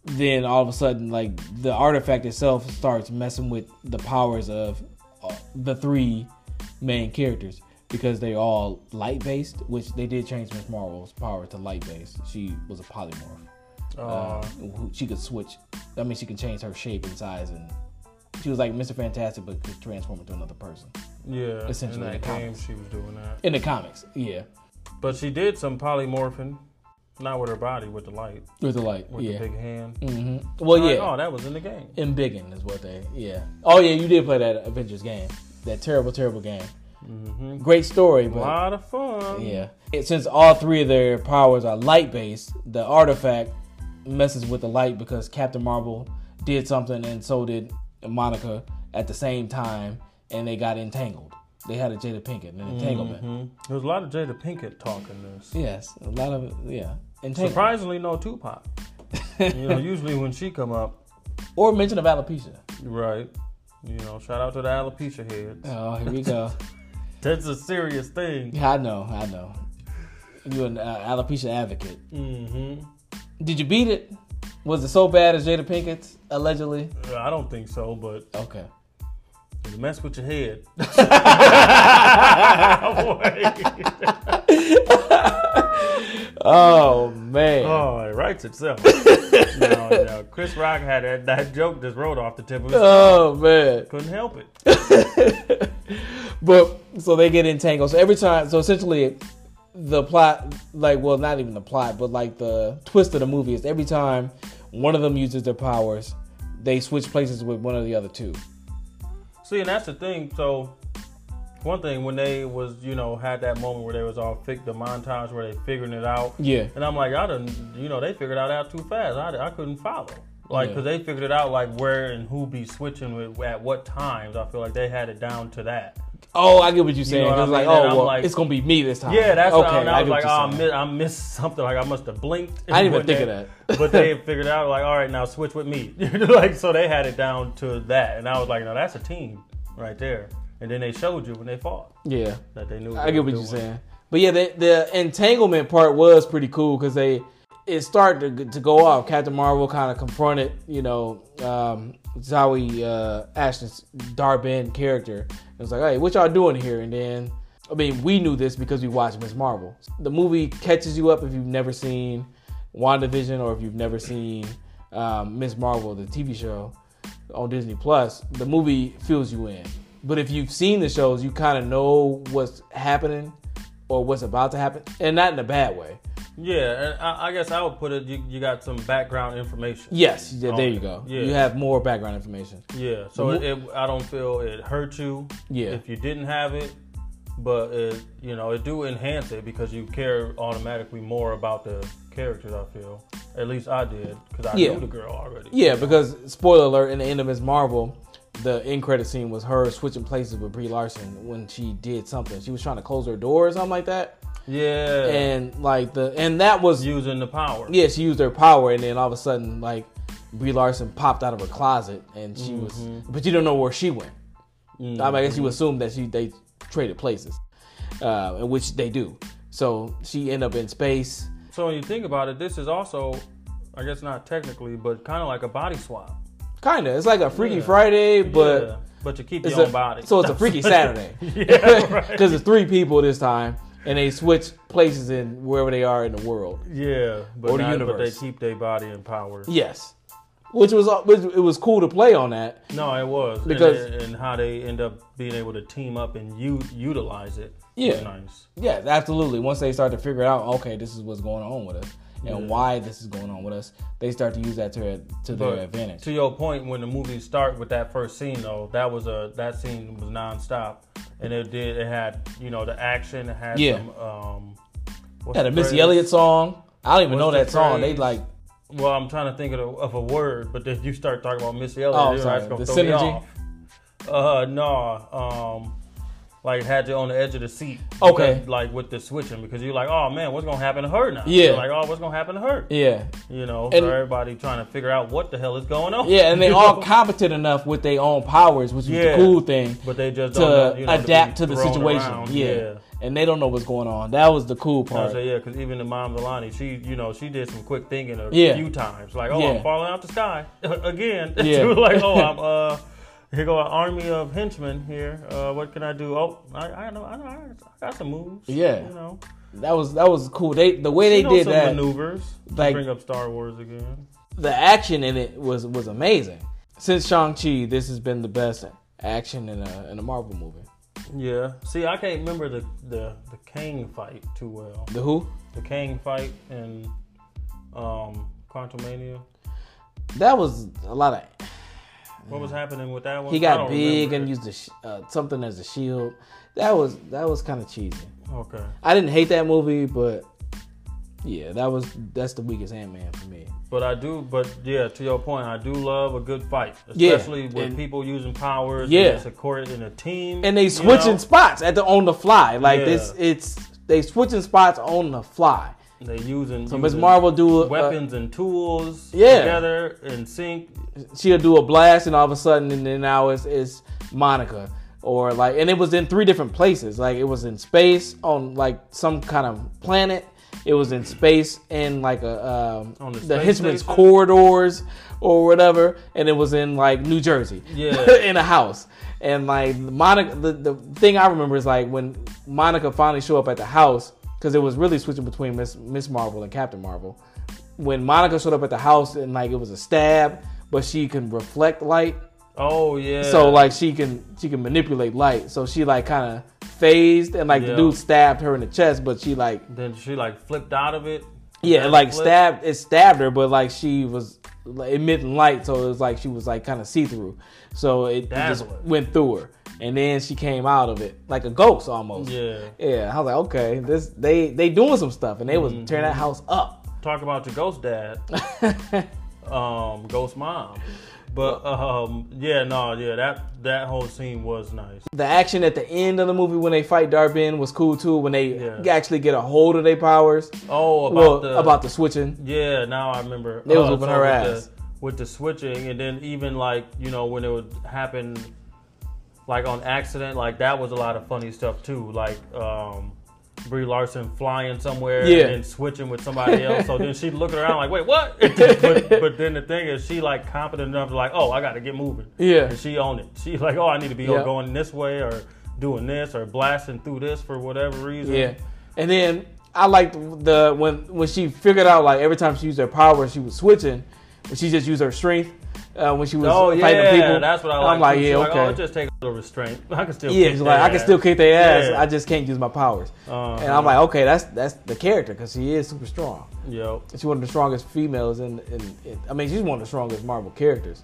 then all of a sudden like the artifact itself starts messing with the powers of uh, the three main characters because they're all light based which they did change Miss Marvel's power to light based she was a polymorph
Uh,
who- she could switch. I mean, she can change her shape and size, and she was like Mr. Fantastic, but could transform into another person
yeah.
essentially
in
the
that game
comics.
she was doing that,
in the comics. Yeah,
but she did some polymorphing, not with her body, with the light,
with the light.
with
yeah.
the big hand.
hmm Well,
I'm like,
yeah.
oh, that was in the game.
In Biggin is what they. Yeah. Oh yeah, you did play that Avengers game. That terrible, terrible game.
hmm
Great story,
A
but
lot of fun.
yeah. It, since all three of their powers are light based, the artifact messes with the light because Captain Marvel did something, and so did Monica at the same time, and they got entangled. They had a Jada Pinkett an entanglement.
Mhm. There's a lot of Jada Pinkett talk in this.
Yes, a lot of yeah. Entanglement.
Surprisingly, no Tupac. you know, usually when she come up,
Or mention of alopecia.
right? You know, shout out to the alopecia heads.
Oh, here we go.
That's a serious thing.
(laughs) Yeah, I know, I know. You're an uh, alopecia advocate.
Mm-hmm.
Did you beat it? Was it so bad as Jada Pinkett allegedly?
I don't think so, but
Okay.
you mess with
(laughs)
your head. (laughs)
Oh man.
oh, it
(laughs)
writes itself. no, no. Chris Rock had that, that joke just rolled off the tip of his
Oh man.
Couldn't help it.
But so they get entangled. So every time, so essentially, the plot, like, well, not even the plot, but like the twist of the movie is every time one of them uses their powers, they switch places with one of the other two.
See, and that's the thing. So, one thing when they was, you know, had that moment where they was all fig- the montage where they figuring it out,
Yeah.
and I'm like, I didn't, you know, they figured it out too fast. I, I couldn't follow, like,
Yeah.
because they figured it out like where and who be switching with at what times. I feel like they had it down to that.
Oh, I get what you're saying.
know what I
It's like,
mean? And
oh,
I'm
well,
like-
it's gonna be me this time.
Yeah, that's
okay.
what I, and I
get what
was like, oh,
you're
I
saying.
missed, I missed (laughs) something. Like I must have blinked.
I didn't even
But
think of
they-
that.
(laughs) but they had figured out like, all right, now switch with me. (laughs) like so, they had it down to that, and I was like, no, that's a team right there. And then they showed you when they fought.
yeah.
that they knew.
I get what you're saying, but yeah, the, the entanglement part was pretty cool because they it started to, to go off. Captain Marvel kind of confronted, you know, um, Zoe uh, Ashton's Darben character. It was like, hey, what y'all doing here? And then, I mean, we knew this because we watched Miss Marvel. The movie catches you up if you've never seen WandaVision or if you've never seen um, Miss Marvel, the TV show on Disney Plus, the movie fills you in. But if you've seen the shows, you kind of know what's happening or what's about to happen, and not in a bad way.
Yeah, and I, I guess I would put it. You, you got some background information.
Yes, yeah, there you go.
Oh, Yeah.
You have more background information.
Yeah, so it, it, I don't feel it hurt you.
Mm-hmm. Yeah.
if you didn't have it, but it, you know it do enhance it because you care automatically more about the characters. I feel at least I did because I
Yeah.
knew the girl already.
Yeah, because spoiler alert, in the end of Miss Marvel, the end credit scene was her switching places with Brie Larson when she did something. She was trying to close her door or something like that,
yeah,
and like the and that was
using the power.
yeah, she used her power, and then all of a sudden, like Brie Larson popped out of her closet, and she was,
Mm-hmm.
but you don't know where she went.
Mm.
I, mean, I guess you assume that she they traded places, uh, in which they do. So she end up in space.
So when you think about it, this is also, I guess not technically, but kind of like a body swap.
Kinda, it's like a Freaky
Yeah.
Friday, but
Yeah, but you keep
it's
your own
a-
body.
so it's a
(laughs)
Freaky Saturday (laughs) because
Yeah, right.
it's three people this time, and they switch places in wherever they are in the world.
Yeah, but,
Or the
not- but they
universe.
keep their body in power.
Yes, which was uh, which, it was cool to play on that.
No, it was And-
Because-
and, how they end up being able to team up and u- utilize it.
Yeah.
was nice.
Yes, absolutely. Once they start to figure out, okay, this is what's going on with us and
Yeah.
why this is going on with us, they start to use that to to
But
their advantage.
to your point, when the movie start with that first scene though, that was a that scene was nonstop, and it did it had you know the action it had
Yeah.
some um. what's
Had a
the
Missy
phrase?
Elliott song. I don't even
What's
know
the
that song. They
phrase?
like
Well, I'm trying to think of a, of a word, but then you start talking about Missy
Oh,
Elliott,
sorry.
that's gonna
The
throw me
synergy?
off. Uh, no, um, like had you on the edge of the seat.
Okay.
Because, like with the switching, because you're like, oh man, what's gonna happen to her now?
Yeah.
You're like, oh, what's gonna happen to her?
yeah,
You know,
And-
so everybody trying to figure out what the hell is going on.
yeah, and they
(laughs) You
all
know?
competent enough with their own powers, which is the
Yeah.
cool thing
but they just
to
don't know, you know, be
adapt to the
thrown
situation.
around.
Yeah.
yeah.
and they don't know what's going on. That was the cool
No,
part.
so yeah, because even the mom Valani, she you know she did some quick thinking a
Yeah.
few times, like oh
Yeah.
I'm falling out the sky (laughs) again.
Yeah.
she was like oh
(laughs)
I'm uh here go an army of henchmen here. Uh, what can I do? Oh I I know I, know, I got some moves.
Yeah.
you know
That was that was cool. They the way they
She know
did
some
that,
maneuvers. to
like-
bring up Star Wars again.
the action in it was was amazing. Since Shang Chi, this has been the best action in a in a Marvel movie.
Yeah, see I can't remember the the the Kang fight too well.
The Who?
The Kang fight in um Quantumania.
That was a lot of
What was happening with that one?
He
I
got
don't
big
remember.
and used a sh- uh, something as a shield. That was that was kind of cheesy.
okay.
I didn't hate that movie, but yeah, that was that's the weakest Ant Man for me.
But I do, but yeah, to your point, I do love a good fight,
Yeah,
especially with
and-
people using powers.
Yeah.
and it's a court in a team,
And they
you
switching
know?
spots at the on the fly. Like this,
Yeah.
it's they switching spots on the fly.
They using
So
using
Miss Marvel do a,
Mm-hmm.
uh,
weapons and tools
Yeah.
together in sync.
she'll do a blast and all of a sudden and then now it's, it's monica or like and it was in three different places like it was in space on like some kind of planet it was in space in like a um,
On the
the,
space
hitchman's
station?
corridors or whatever and it was in like new jersey
Yeah.
(laughs) in a house and like monica the, the thing i remember is like when monica finally showed up at the house because it was really switching between miss miss marvel and captain marvel when monica showed up at the house and like it was a stab but she can reflect light
Oh yeah.
so like she can she can manipulate light so she like kind of phased and like
Yeah.
the dude stabbed her in the chest but she like
then she like flipped out of it.
yeah,
Then
it, like
flipped.
stabbed. It stabbed her, but like she was like, emitting light, so it was like she was like kind of see through. So it, it just
Dazzling.
went through her, and then she came out of it like a ghost almost.
Yeah.
Yeah, I was like, okay, this they they doing some stuff, and they was
Mm-hmm.
tearing that house up. (laughs)
Talk about your ghost dad, um, ghost mom. But um, yeah, no, yeah, that that whole scene was nice.
the action at the end of the movie when they fight Darbin was cool too. When they
Yeah.
actually get a hold of their powers,
Oh, about
well,
the
about the switching.
Yeah, now I remember.
They was
Uh,
whooping her
with
ass.
The, with the switching, and then even like you know when it would happen, like on accident, like that was a lot of funny stuff too. Like um, Brie Larson flying somewhere
Yeah.
and then switching with
(laughs)
somebody else. so then she looking around like, wait, what? (laughs) but, but then the thing is, she like confident enough to like, oh, I got to get moving.
Yeah.
and she owned it. She like, oh, I need to be
Yeah.
going this way or doing this or blasting through this for whatever reason.
Yeah, and then I liked the when when she figured out like every time she used her power, she was switching. When she just used her strength uh, when she was
Oh
fighting
yeah,
people.
that's what I
And
like.
I'm like,
too. She's
yeah,
oh, it
okay.
just take a little restraint. (laughs) I can still.
yeah,
kick
she's like, I can
their
still
ass.
kick their ass.
Yeah.
I just can't use my powers.
Uh-huh.
And I'm like, okay, that's that's the character because she is super strong.
Yo,
She's one of the strongest females, and in, in, I mean, she's one of the strongest Marvel characters.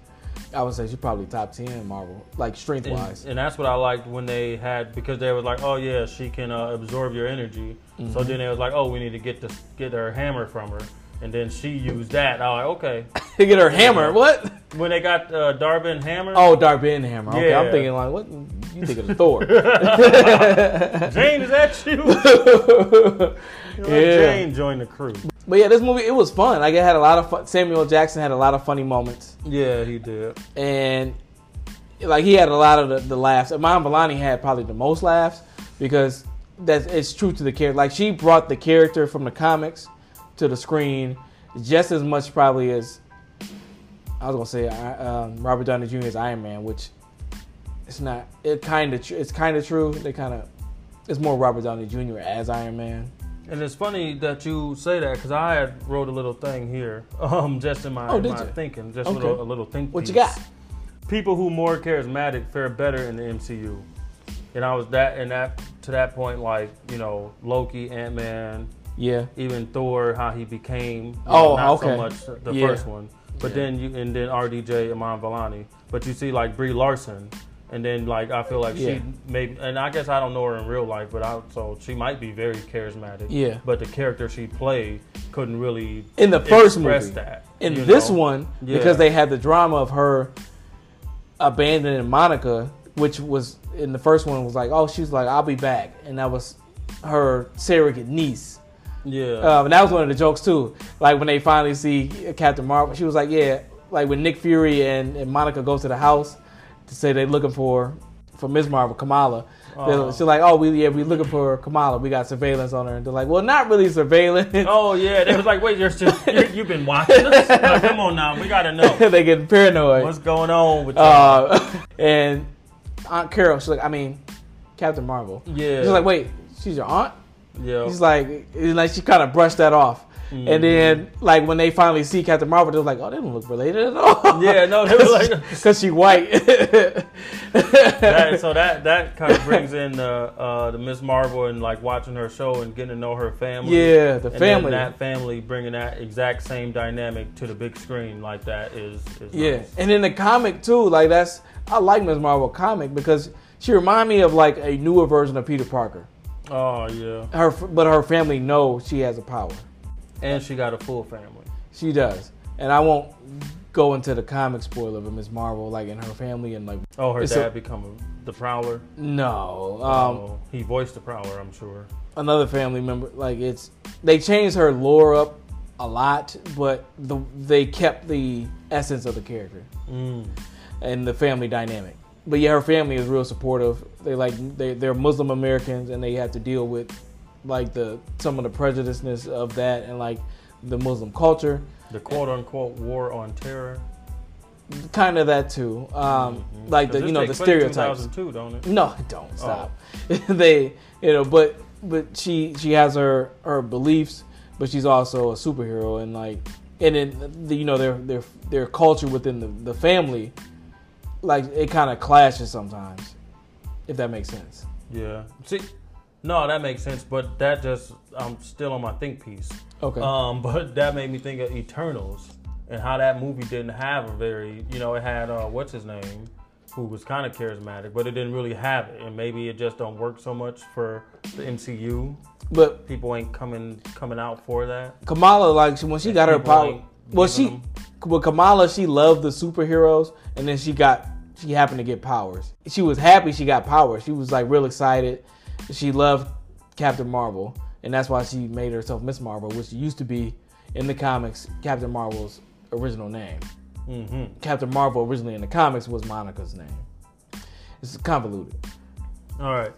I would say she's probably top ten Marvel, like strength
and,
wise.
and that's what I liked when they had because they was like, oh yeah, she can uh, absorb your energy.
Mm-hmm.
So then they was like, oh, we need to get this, get her hammer from her, and then she used that. I was like, okay.
To get her hammer, what?
When they got uh, Darbin hammer, (laughs)
Oh, Darby hammer. Okay,
Yeah.
I'm thinking like, what? You thinking of
(laughs)
Thor?
Jane is that
(laughs)
you? Like,
yeah.
Jane joined the crew.
(laughs) But yeah, this movie it was fun. Like it had a lot of fun. Samuel Jackson had a lot of funny moments,
Yeah, he did.
and like he had a lot of the, the laughs. Iman Vellani had probably the most laughs because that's it's true to the character. Like she brought the character from the comics to the screen just as much probably as I was gonna say I- um, Robert Downey Jr. as Iron Man, which it's not. It kind of it's kind of true. They kind of it's more Robert Downey Jr. as Iron Man.
And it's funny that you say that because I had wrote a little thing here, (laughs) um, just in my,
Oh, did
my
you?
thinking, just
Okay.
a little a little think.
What you
piece.
got?
People who more charismatic fare better in the MCU, and I was that and that to that point, like you know Loki, Ant Man,
Yeah,
even Thor, how he became. you know,
Oh,
not so
okay.
much the
Yeah.
first one, but
Yeah.
then you and then RDJ, Iman Vellani, but you see like Brie Larson. And then, like, I feel like
Yeah.
she maybe, and I guess I don't know her in real life, but I, so she might be very charismatic
yeah.
but the character she played couldn't really
In the first
express
movie.
that.
in
you
this
know?
one
Yeah.
because they had the drama of her abandoning Monica, which was in the first one was like, oh, she's like, I'll be back, and that was her surrogate niece.
yeah,
Um, and that was one of the jokes too. Like when they finally see Captain Marvel, she was like, yeah, like when Nick Fury and, and Monica go to the house to say they're looking for for Ms. Marvel, Kamala.
Oh.
They're She's like, oh, we yeah, we looking for Kamala. We got surveillance on her, and they're like, well, not really surveillance.
oh yeah, they was like, wait, you're still you you've been watching us? Like, come on now, we gotta know
(laughs) they getting paranoid.
what's going on with y'all.
Uh, (laughs) and Aunt Carol, she's like, I mean, Captain Marvel.
yeah,
She's like, wait, she's your aunt?
yeah, (laughs)
She's like, it's like she kind of brushed that off. And then,
Mm-hmm.
like, when they finally see Captain Marvel, they're like, oh, they don't look related at all.
(laughs) yeah, no, they was
(laughs)
like.
Because she white.
That, so that that kind of brings in the uh, the Miss Marvel and like watching her show and getting to know her
(laughs)
family.
yeah, the
and then
family.
that family bringing that exact same dynamic to the big screen like that is, is
Yeah,
nice.
and in the comic too, like that's I like Ms. Marvel comic because she remind me of like a newer version of Peter Parker.
Oh yeah,
Her, but her family know she has a power.
and she got a full family.
She does. And I won't go into the comic spoiler of Ms. Marvel, like in her family and like
Oh, her
It's
dad
a-
become a, the Prowler.
no. Um,
Oh, he voiced the Prowler, I'm sure.
another family member. Like it's they changed her lore up a lot, but the they kept the essence of the character
Mm.
and the family dynamic. But yeah, her family is real supportive. They like they they're Muslim Americans and they have to deal with like the some of the prejudiceness of that and like the Muslim culture,
The quote unquote war on terror.
kind of that too. Um, Like the you know the stereotypes.
Two don't it?
No, don't stop. (laughs) they, you know, but but she she has her her beliefs, but she's also a superhero and like and then the, you know their their their culture within the the family, like it kind of clashes sometimes, if that makes sense.
Yeah. See, no, that makes sense. But that just I'm still on my think piece.
Okay.
Um, (laughs) but that made me think of Eternals and how that movie didn't have a very, you know, it had uh, what's his name, who was kind of charismatic, but it didn't really have it, and maybe it just don't work so much for the MCU.
but
People ain't coming coming out for that.
Kamala, like she- when she got her
People
power,
ain't
well
giving
she,
them-
well Kamala, she loved the superheroes, and then she got she happened to get powers. She was happy she got powers. She was like real excited. She loved Captain Marvel, and that's why she made herself Miss Marvel, which used to be in the comics Captain Marvel's original name.
hmm
Captain Marvel originally in the comics was Monica's name. It's convoluted.
All right.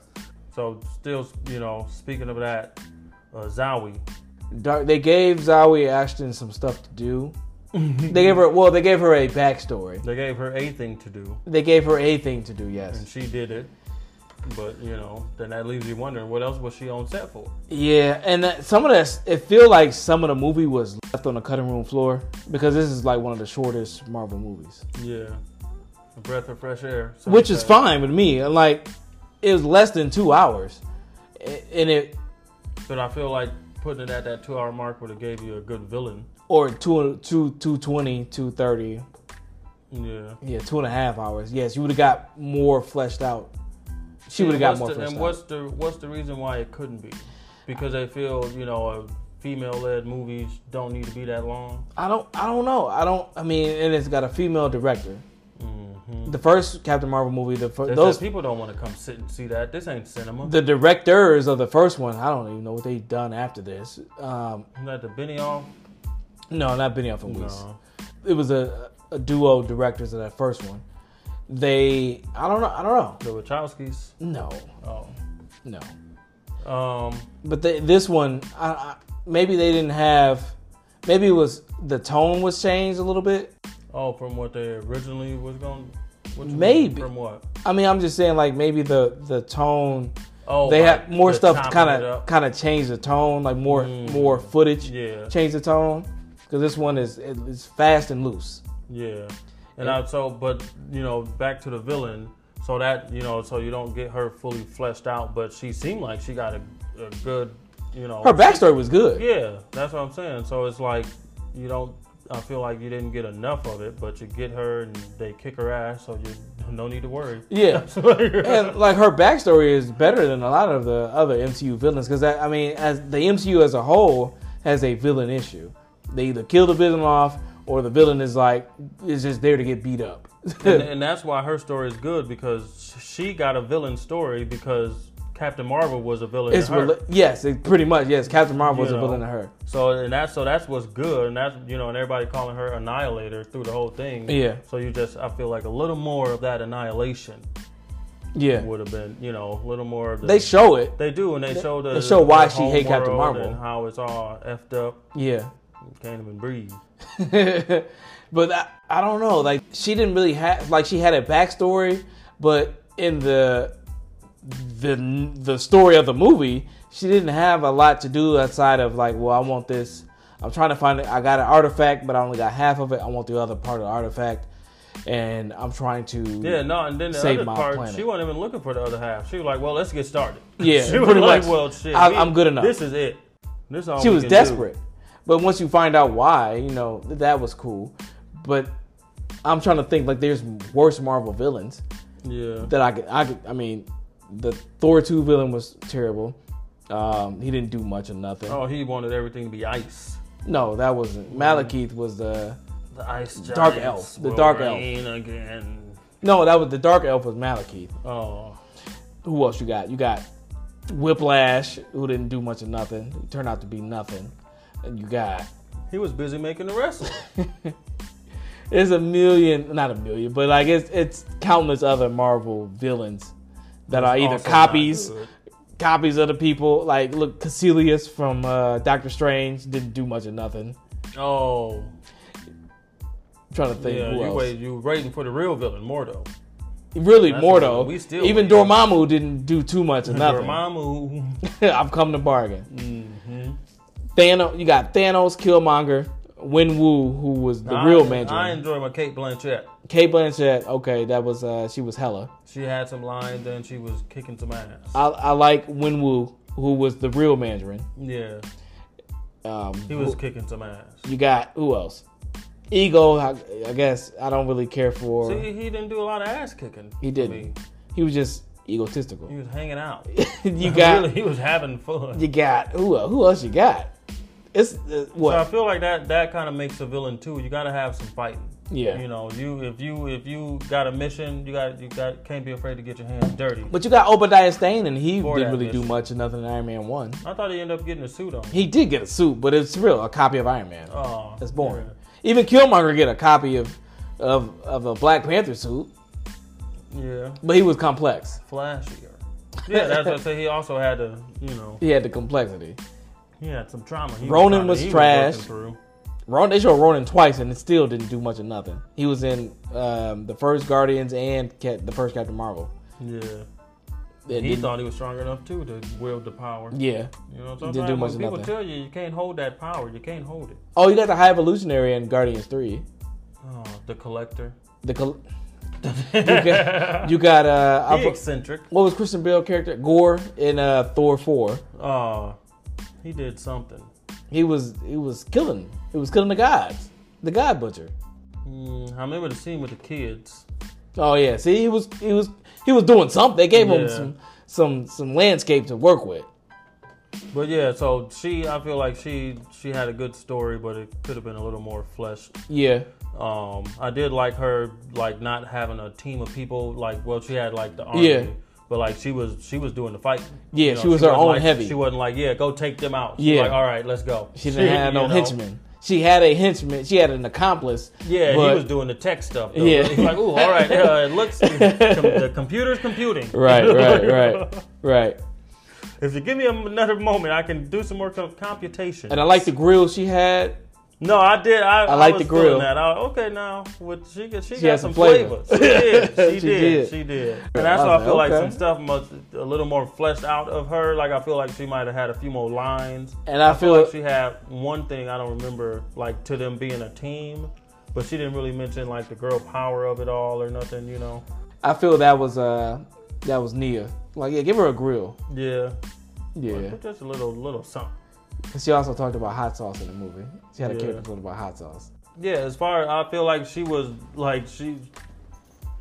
So still, you know, speaking of that, uh, Zowie.
Dark, they gave Zoe Ashton some stuff to
(laughs)
do. they gave her well, they gave her a backstory.
They gave her a thing to do,
They gave her a thing to do,
and
yes.
she did it. But you know, then that leaves you wondering what else was she on set for?
Yeah, and that, some of that, it feel like some of the movie was left on the cutting room floor because this is like one of the shortest Marvel movies,
Yeah, a breath of fresh air. so
which
to
is
say.
fine with me. Like, it was less than two hours, A- and it
But I feel like putting it at that two-hour mark would have gave you a good villain.
or two two two twenty two thirty,
Yeah.
yeah, two and a half hours. Yes, you would have got more fleshed out. She would have got
What's
more
the-
fleshed
And
out.
what's the what's the reason why it couldn't be? Because they feel you know, uh, female-led movies don't need to be that long.
I don't I don't know. I don't I mean and it's got a female director.
Mm-hmm.
The first Captain Marvel movie, the fir-
Those
those
people don't want to come sit and see that. This ain't cinema.
the directors of the first one, I don't even know what they done after this. Um,
Not the Benioff.
no, not Benioff and Weiss.
No.
It was a, a duo of directors of that first one. They I don't know I don't know.
The Wachowskis.
No,
Oh.
no.
Um.
But the, this one, I, I, maybe they didn't have. Maybe it was the tone was changed a little bit.
Oh, from what they originally was going. What you mean?
Maybe.
From what?
I mean, I'm just saying like maybe the the tone
Oh,
they
like
had more
the
stuff
chopping
kind
it
of
up.
kind of change the tone, like more
Mm.
more footage
Yeah.
change the tone. Because this one is it- it's fast and loose.
Yeah. And I so but you know, back to the villain, so that, you know, so you don't get her fully fleshed out, but she seemed like she got a, a good you know
Her backstory was good.
Oh, Yeah, that's what I'm saying. So it's like you don't I feel like you didn't get enough of it, but you get her and they kick her ass, so you no need to worry. (laughs)
Yeah, and like her backstory is better than a lot of the other MCU villains. Because I mean, as the MCU as a whole has a villain issue. They either kill the villain off, or the villain is like is just there to get beat
(laughs)
up.
and, and that's why her story is good because she got a villain story because Captain Marvel was a villain.
it's
to her.
rela- yes, it, pretty much yes. Captain Marvel was
You
a
know.
villain to her.
So and that's so that's what's good, and that's you know, and everybody calling her Annihilator through the whole thing.
Yeah.
So you just, I feel like a little more of that annihilation
Yeah,
would have been, you know, a little more of the.
they show it.
they do, and they, show the.
they show why
the
she
whole
hate Captain
world
Marvel.
and how it's all effed up,
Yeah,
can't even breathe.
but I, I don't know. Like she didn't really have like she had a backstory, but in the the the story of the movie, she didn't have a lot to do outside of like, well, I want this. I'm trying to find it. I got an artifact, but I only got half of it. I want the other part of the artifact, and I'm trying to.
Yeah, no, and then the
Save
other
my
part,
planet.
she wasn't even looking for the other half. She was like, "Well, let's get started."
Yeah,
(laughs) she was
pretty
like,
much.
"Well, shit,
I-
we-
I'm good enough."
This is it. This is all
she
we
was
can do."
desperate. But once you find out why, you know that was cool. But I'm trying to think like there's worse Marvel villains.
Yeah,
that I could, I could, I mean, the Thor two villain was terrible. Um, he didn't do much or nothing.
oh, he wanted everything to be ice.
No, that wasn't. Malekith was the
The ice giants
Dark Elf. The
will
Dark Elf.
reign again.
No, that was the Dark Elf was Malekith.
Oh,
Who else you got? You got Whiplash, who didn't do much of nothing. He turned out to be nothing. And you got
he was busy making the wrestling.
there's a million, not a million, but like it's it's countless other Marvel villains that are either
Also Oh, not
copies,
good.
copies of the people. Like look, Caecilius from uh, Doctor Strange didn't do much of nothing.
Oh,
I'm trying to think
yeah.
who
You
else.
wait. You waiting for the real villain, Mordo.
Really,
That's
more
what
though.
we still
Even
need.
Dormammu didn't do too much
(laughs)
of nothing. (laughs)
Dormammu.
I've come to bargain.
Mhm.
Thanos, you got Thanos, Killmonger, Wen Wu, who was the
I-
real
I
Mandarin.
enjoy my Kate Blanchett.
Kate Blanchett, okay, that was uh, she was hella.
She had some lines and she was kicking some ass.
I, I like Wen Wu, who was the real Mandarin.
Yeah,
Um,
he was kicking some ass.
you got who else? Ego, I, I guess I don't really care for.
See, he didn't do a lot of ass kicking.
He
I
didn't.
mean,
He was just
he
egotistical.
was hanging out.
(laughs) you got
(laughs) really, he was having fun.
you got who el- who else you got? It's uh,
So I
what
feel like that that kind of makes a villain too. You got to have some fighting.
yeah.
You know, you if you if you got a mission, you got you got can't be afraid to get your hands dirty.
But you got Obadiah Stane, and he
For
didn't
that
really do
mission.
much in nothing in Iron Man 1.
I thought he ended up getting a suit on.
He did get a suit, but it's real, a copy of Iron Man.
Oh,
That's boring. Even Killmonger get a copy of, of of a Black Panther suit,
Yeah, yeah.
but he was complex.
flashier. Yeah, that's what I say. He also had to, you know,
He had the complexity.
he had some trauma. He
Ronan
trying-
was
he
trash.
working through.
Ron, they showed Ronan twice, and it still didn't do much of nothing. He was in um, the first Guardians and Cat, the first Captain Marvel.
Yeah.
It
he
didn't-
thought he was strong enough too to wield the power.
yeah.
You know,
didn't
sometimes
do much
when
of
people
nothing.
tell you you can't hold that power, you can't hold it.
Oh, you got the High Evolutionary in Guardians Three.
Oh, the collector.
The col- you got, you got uh, I
He
for-
eccentric.
what was Kristen Bell character Gore in uh, Thor Four?
Oh, he did something.
He was he was killing he was killing the gods, the god butcher.
Mm, I remember the scene with the kids.
Oh yeah, see he was he was he was doing something. They gave him
Yeah.
some some some landscape to work with.
But yeah, so she, I feel like she she had a good story, but it could have been a little more fleshed.
Yeah,
Um, I did like her, like not having a team of people. Like, well, she had like the army,
Yeah.
but like she was she was doing the fighting.
Yeah,
know,
she was her
wasn't,
own
like-
heavy.
She wasn't like, yeah, go take them out.
Yeah.
Yeah, like all right, let's go.
she didn't have no
(laughs) you know?
henchman. She had a henchman. She had an
(laughs)
accomplice.
Yeah,
but-
he was doing the tech stuff. Though.
Yeah.
he's like, ooh, all right, uh,
(laughs)
it looks com- the computer's computing. (laughs)
right, right, right, right.
If you give me another moment, I can do some more com- computation.
And I like the grill she had.
No, I did. I, I
like
was
the grill.
feeling That. I, okay, now what she got- she,
She had
got
some
some
flavor.
flavor.
(laughs)
She did. She,
She
did.
did.
She did. And that's
I
why I
was
feel
like,
like
okay.
some stuff must a little more fleshed out of her. Like I feel like she might have had a few more lines.
And I
I feel
feel-
like she had one thing I don't remember, like to them being a team, but she didn't really mention like the girl power of it all or nothing. You know?
I feel that was uh that was Nia. Like yeah, give her a grill.
Yeah.
Yeah,
But just a little little something.
'Cause she also talked about hot sauce in the movie. She had a
Yeah.
character talking about hot sauce.
Yeah, as far I feel like she was like she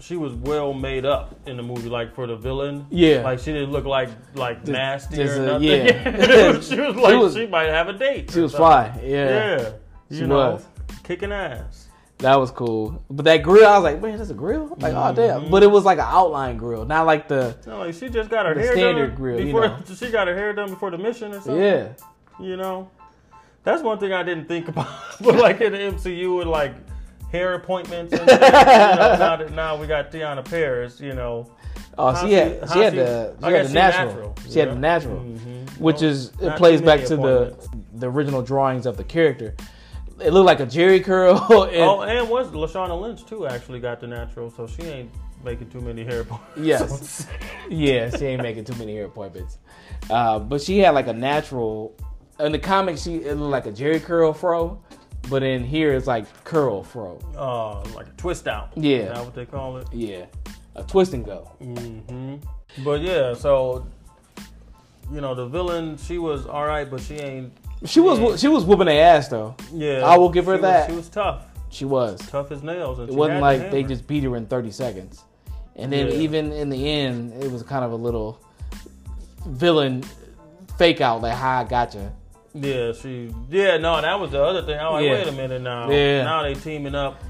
she was well made up in the movie, like for the villain.
Yeah.
Like she didn't look like like
Just-
nasty
just
or
a-
nothing.
yeah.
(laughs) she was like
She
she,
was-
might have a date.
She
or
was
something.
fly. Yeah,
uh, Yeah.
She
you know,
was.
kicking ass.
that was cool. But that grill, I was like, man, that's a grill. Like oh damn.
Mhm.
But it was like an outline grill, not like the
No, like she just got her
The
hair
standard
done
grill, you
before
know.
(laughs) she got her hair done before the mission or something.
yeah.
You know, that's one thing I didn't think about. (laughs) but like in the MCU with like hair appointments, and things, you know, now, that- now we got Tiana Paris. You know.
Oh,
How
she
she-
had
how
she had
she-
the
I
she had
guess
the
she
natural.
natural,
She had
yeah.
the natural,
Mhm.
which is it
not
plays
too
back
many
to the the original drawings of the character. It looked like a Jerry curl. (laughs) and-
oh, and was Lashana Lynch too? Actually, got the natural, so she ain't making too many hair points.
Yes. (laughs) yeah, she ain't making too many hair appointments. Uh, but she had like a natural. In the comics, she it looked like a Jerry curl fro, but in here it's like curl fro.
(laughs) uh, like a twist out.
Yeah.
is that what they call it?
Yeah, a twist and go.
hmm But yeah, so you know the villain, she was all right, but she ain't.
She was whoo- she was whooping their ass though.
Yeah,
I will give her
she was-
that.
she was tough,
She was.
tough as nails. And
It
she
wasn't
had
like
the
they
hammer.
just beat her in 30 seconds. And then
Yeah.
even in the end, it was kind of a little villain fake out like "Hi, I gotcha,"
Yeah, she. Yeah, no, that was the other thing. I was
Yeah.
like, wait a minute now.
Yeah.
Now they teaming up.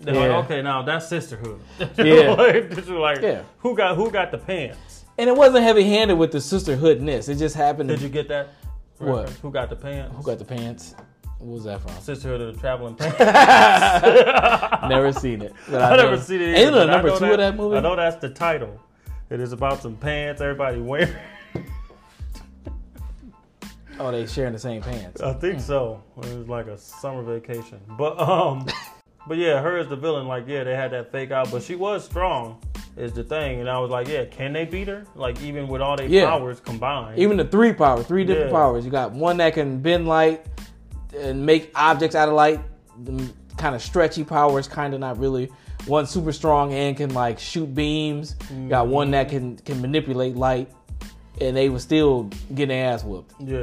They're
Yeah.
like, okay, now that's sisterhood. (laughs)
Yeah.
like, this is like,
Yeah.
who got who got the pants?
And it wasn't heavy handed with the sisterhoodness. It just happened.
Did
To,
you get that?
What?
reference? Who got the pants?
who got the pants? What was that from?
Sisterhood of the Traveling (laughs) Pants.
(laughs) Never seen it. But
I never
know-
seen it.
Ain't it
either,
a
but I
number
know
two of that movie?
I know that's the title. It is about some pants everybody wearing.
Oh, they sharing the same pants.
I think so. It was like a summer vacation.
(laughs)
But um but yeah, her as the villain, like yeah, they had that fake out, but she was strong is the thing. And I was like, Yeah, can they beat her? Like even with all their
Yeah.
powers combined.
Even the three power, three different
Yeah.
powers. You got one that can bend light and make objects out of light. Kind of stretchy powers, kind of not really. One super strong and can like shoot beams. You Got one that can can manipulate light, and they were still getting their ass whooped.
yeah.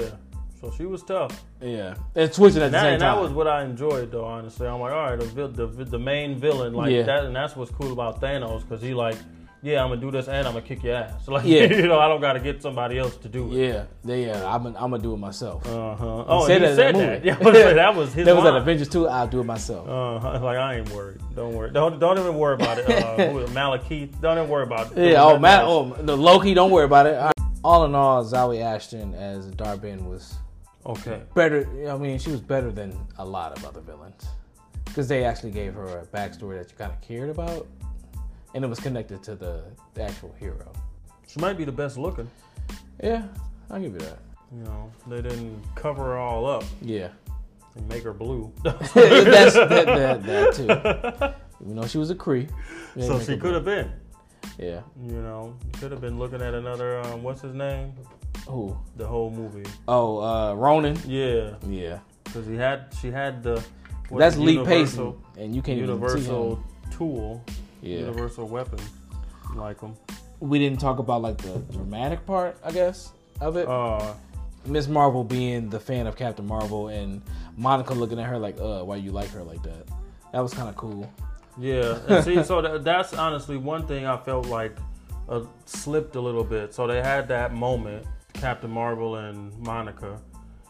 So she was tough.
Yeah, and switching at the
That,
same
and
time.
that was what I enjoyed, though. Honestly, I'm like, all right, the vil- the, vi- the main villain, like
Yeah.
that, and that's what's cool about Thanos, because he like, yeah, I'm gonna do this and I'm gonna kick your ass. (laughs) Like,
Yeah.
you know, I don't gotta get somebody else to do it.
yeah, they, yeah. I'm gonna- I'm gonna do it myself.
Uh huh. Oh,
said
and
that in
he said
the
that. (laughs)
movie.
Yeah, I was like,
(laughs)
that was his.
that was at
line.
Avengers 2. I'll do it myself.
Uh, (laughs) like I ain't worried. Don't worry. Don't don't even worry about it. Uh, who is it? Malekith. Don't even worry about it.
Yeah. Oh, Matt.
Matt.
Oh, the Loki. Don't worry about it. All, right. all in all, Zoe Ashton as Darbin was
Okay.
better. I mean, she was better than a lot of other villains because they actually gave her a backstory that you kind of cared about, and it was connected to the, the actual hero.
She might be the best looking.
Yeah, I'll give you that.
You know, they didn't cover her all up
Yeah, (laughs)
and make her blue. (laughs)
that's that, that, that too. You know, she was a Cree. They
so
make
she
her-
could have been.
Yeah.
You know, could have been looking at another. Um, what's his name?
Who?
The whole movie.
Oh, uh, Ronan.
Yeah,
Yeah.
because he had. She had the. what's
That's
the
Lee
universal-
Payson, and you can't
Universal tool.
even see him. Yeah.
Universal weapon. Like him.
we didn't talk about like the dramatic part, I guess, of it.
Uh,
Miss Marvel being the fan of Captain Marvel and Monica looking at her like, uh, why you like her like that? That was kind of cool.
Yeah, and see, so tha- that's honestly one thing I felt like uh, slipped a little bit. So they had that moment, Captain Marvel and Monica,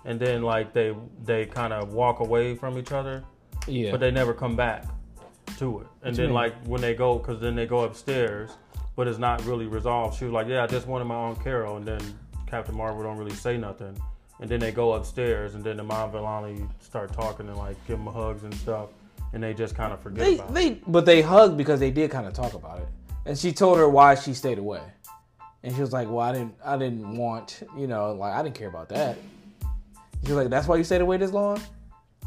and then like they they kind of walk away from each other,
Yeah.
but they never come back to it. And
you
then
mean?
like when they go, because then they go upstairs, but it's not really resolved. She was like, "Yeah, I just wanted my own Carol," and then Captain Marvel don't really say nothing. And then they go upstairs, and then the mom Villani start talking and like give them hugs and stuff, and they just kind of forget
they,
about it.
they, but they hugged because they did kind of talk about it, and she told her why she stayed away, and she was like, well, I didn't, I didn't want, you know, like I didn't care about that. She was like, that's why you stayed away this long.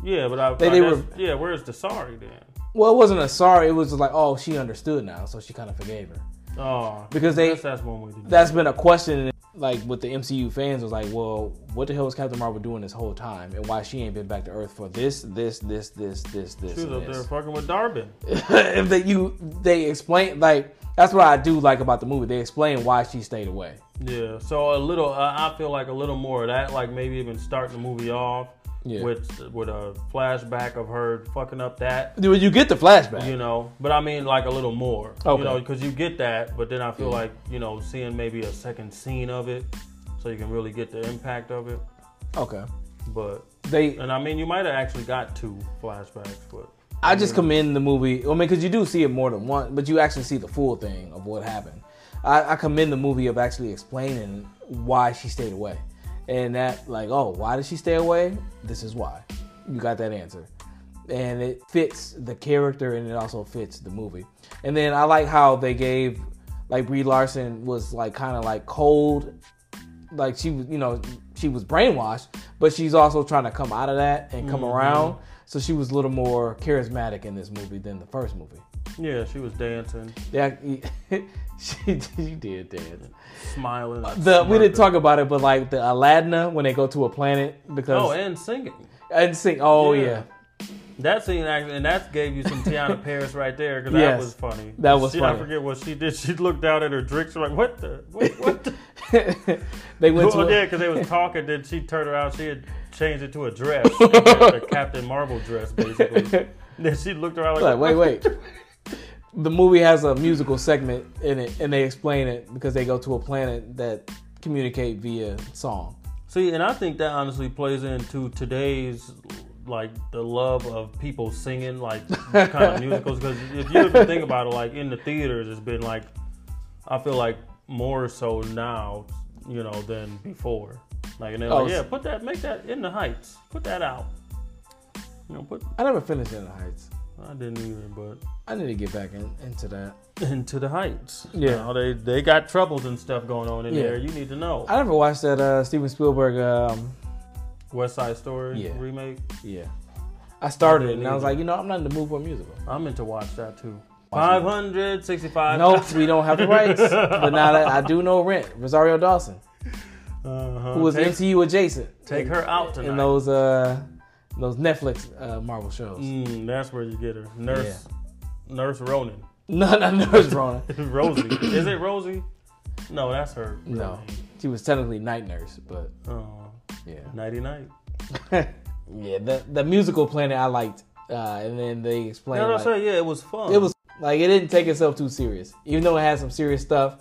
Yeah, but I,
They-
I
they
guess-
were-
yeah. Where's the sorry then?
Well, it wasn't a sorry. It was just like, oh, she understood now, so she kind of forgave her.
Oh,
Because they-
I guess that's one way to do.
that's been a question like with the MCU fans was like, well, what the hell was Captain Marvel doing this whole time, and why she ain't been back to Earth for this, this, this, this, this, this,
She was up
and
there
this?
fucking with Darbin.
(laughs) if they you they explain like that's what I do like about the movie. They explain why she stayed away.
Yeah, so a little. uh, I I feel like a little more of that. Like maybe even starting the movie off
Yeah.
with with a flashback of her fucking up that.
Dude, you get the flashback.
You know, but I mean like a little more.
Okay.
You know, because you get that, but then I feel
Yeah.
like you know seeing maybe a second scene of it, so you can really get the impact of it.
Okay.
But
They,
and I mean you might have actually got two flashbacks, but
I just commend the movie. I mean, because you do see it more than once, but you actually see the full thing of what happened. I, I commend the movie of actually explaining why she stayed away, and that like, oh, why did she stay away? This is why. You got that answer, and it fits the character, and it also fits the movie. And then I like how they gave, like Brie Larson was like kind of like cold like she was you know she was brainwashed but she's also trying to come out of that and
Mm-hmm.
come around so she was a little more charismatic in this movie than the first movie
yeah, she was dancing.
yeah (laughs) she, she did dance
smiling.
Uh, the we didn't talk about it but like the aladdin when they go to a planet
Oh,
because
and singing.
and sing oh yeah,
Yeah. That scene actually, and that gave you some
(laughs)
Tiana Paris right there because
Yes.
that was funny.
That was
she,
funny.
I forget what she did. She looked down at her drinks. She's like, "What the?
(laughs)
What, what the?"
they went to
oh
a-
yeah, because they was talking. Then she turned around. She had changed it to a dress,
(laughs)
a Captain Marvel dress, basically. then she looked around like,
like wait
"What
wait the movie has a musical segment in it and they explain it because they go to a planet that communicate via song
the-" See, and I think that honestly plays into today's like the love of people singing
(laughs)
like kind of musicals because if you even think about it, like in the theaters, it's been like I feel like more so now, you know, than before. Like and they're
Oh,
like, yeah,
s-
put that, make that in the heights, put that out. You know, put
I never finished In the Heights.
I didn't even, but
I need to get back in, into that.
into the heights.
Yeah.
Now they they got troubles and stuff going on in
Yeah.
there. You need to know.
I never watched that uh, Steven Spielberg. Um,
West Side Story
Yeah.
remake.
yeah, I started it and I was like, you know, I'm not in the mood for a
(laughs)
musical.
I'm meant to watch that too.
Watch
Five hundred sixty-five.
No, we don't have the
(laughs)
rights. But now that I do know Rent, Rosario Dawson,
Uh-huh.
who was
Take-
MCU adjacent,
take
in-
her out
in
tonight.
those uh, those Netflix uh, Marvel shows. (laughs)
Mm, that's where you get her. Nurse, Nurse Ronan, (laughs)
No, not Nurse Rona.
Rosie. Is it Rosie? No, that's her. real
No.
name.
She was technically night nurse, but
Oh,
yeah,
nighty night.
yeah. The the musical planet I liked, uh, and then they explained.
No,
like-
that's her. Yeah, it was fun.
it was like it didn't take itself too serious, even though it had some serious stuff.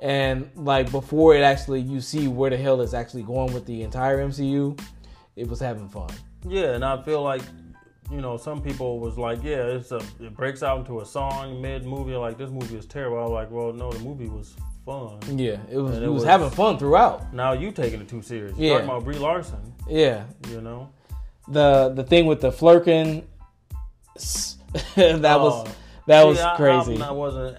And like before it actually, you see where the hell it's actually going with the entire MCU. It was having fun.
Yeah, and I feel like you know some people was like, yeah, it's a it breaks out into a song mid movie. Like this movie is terrible. I was like, well, no, the movie was fun.
Yeah, it was.
And
It,
it
was,
was-
having fun throughout.
Now you taking it too serious.
Yeah.
You're talking about Brie Larson,
Yeah,
you know.
the the thing with the flirking, s- (laughs) that was
Oh.
that
See,
was
I- I-
crazy.
I, wasn't.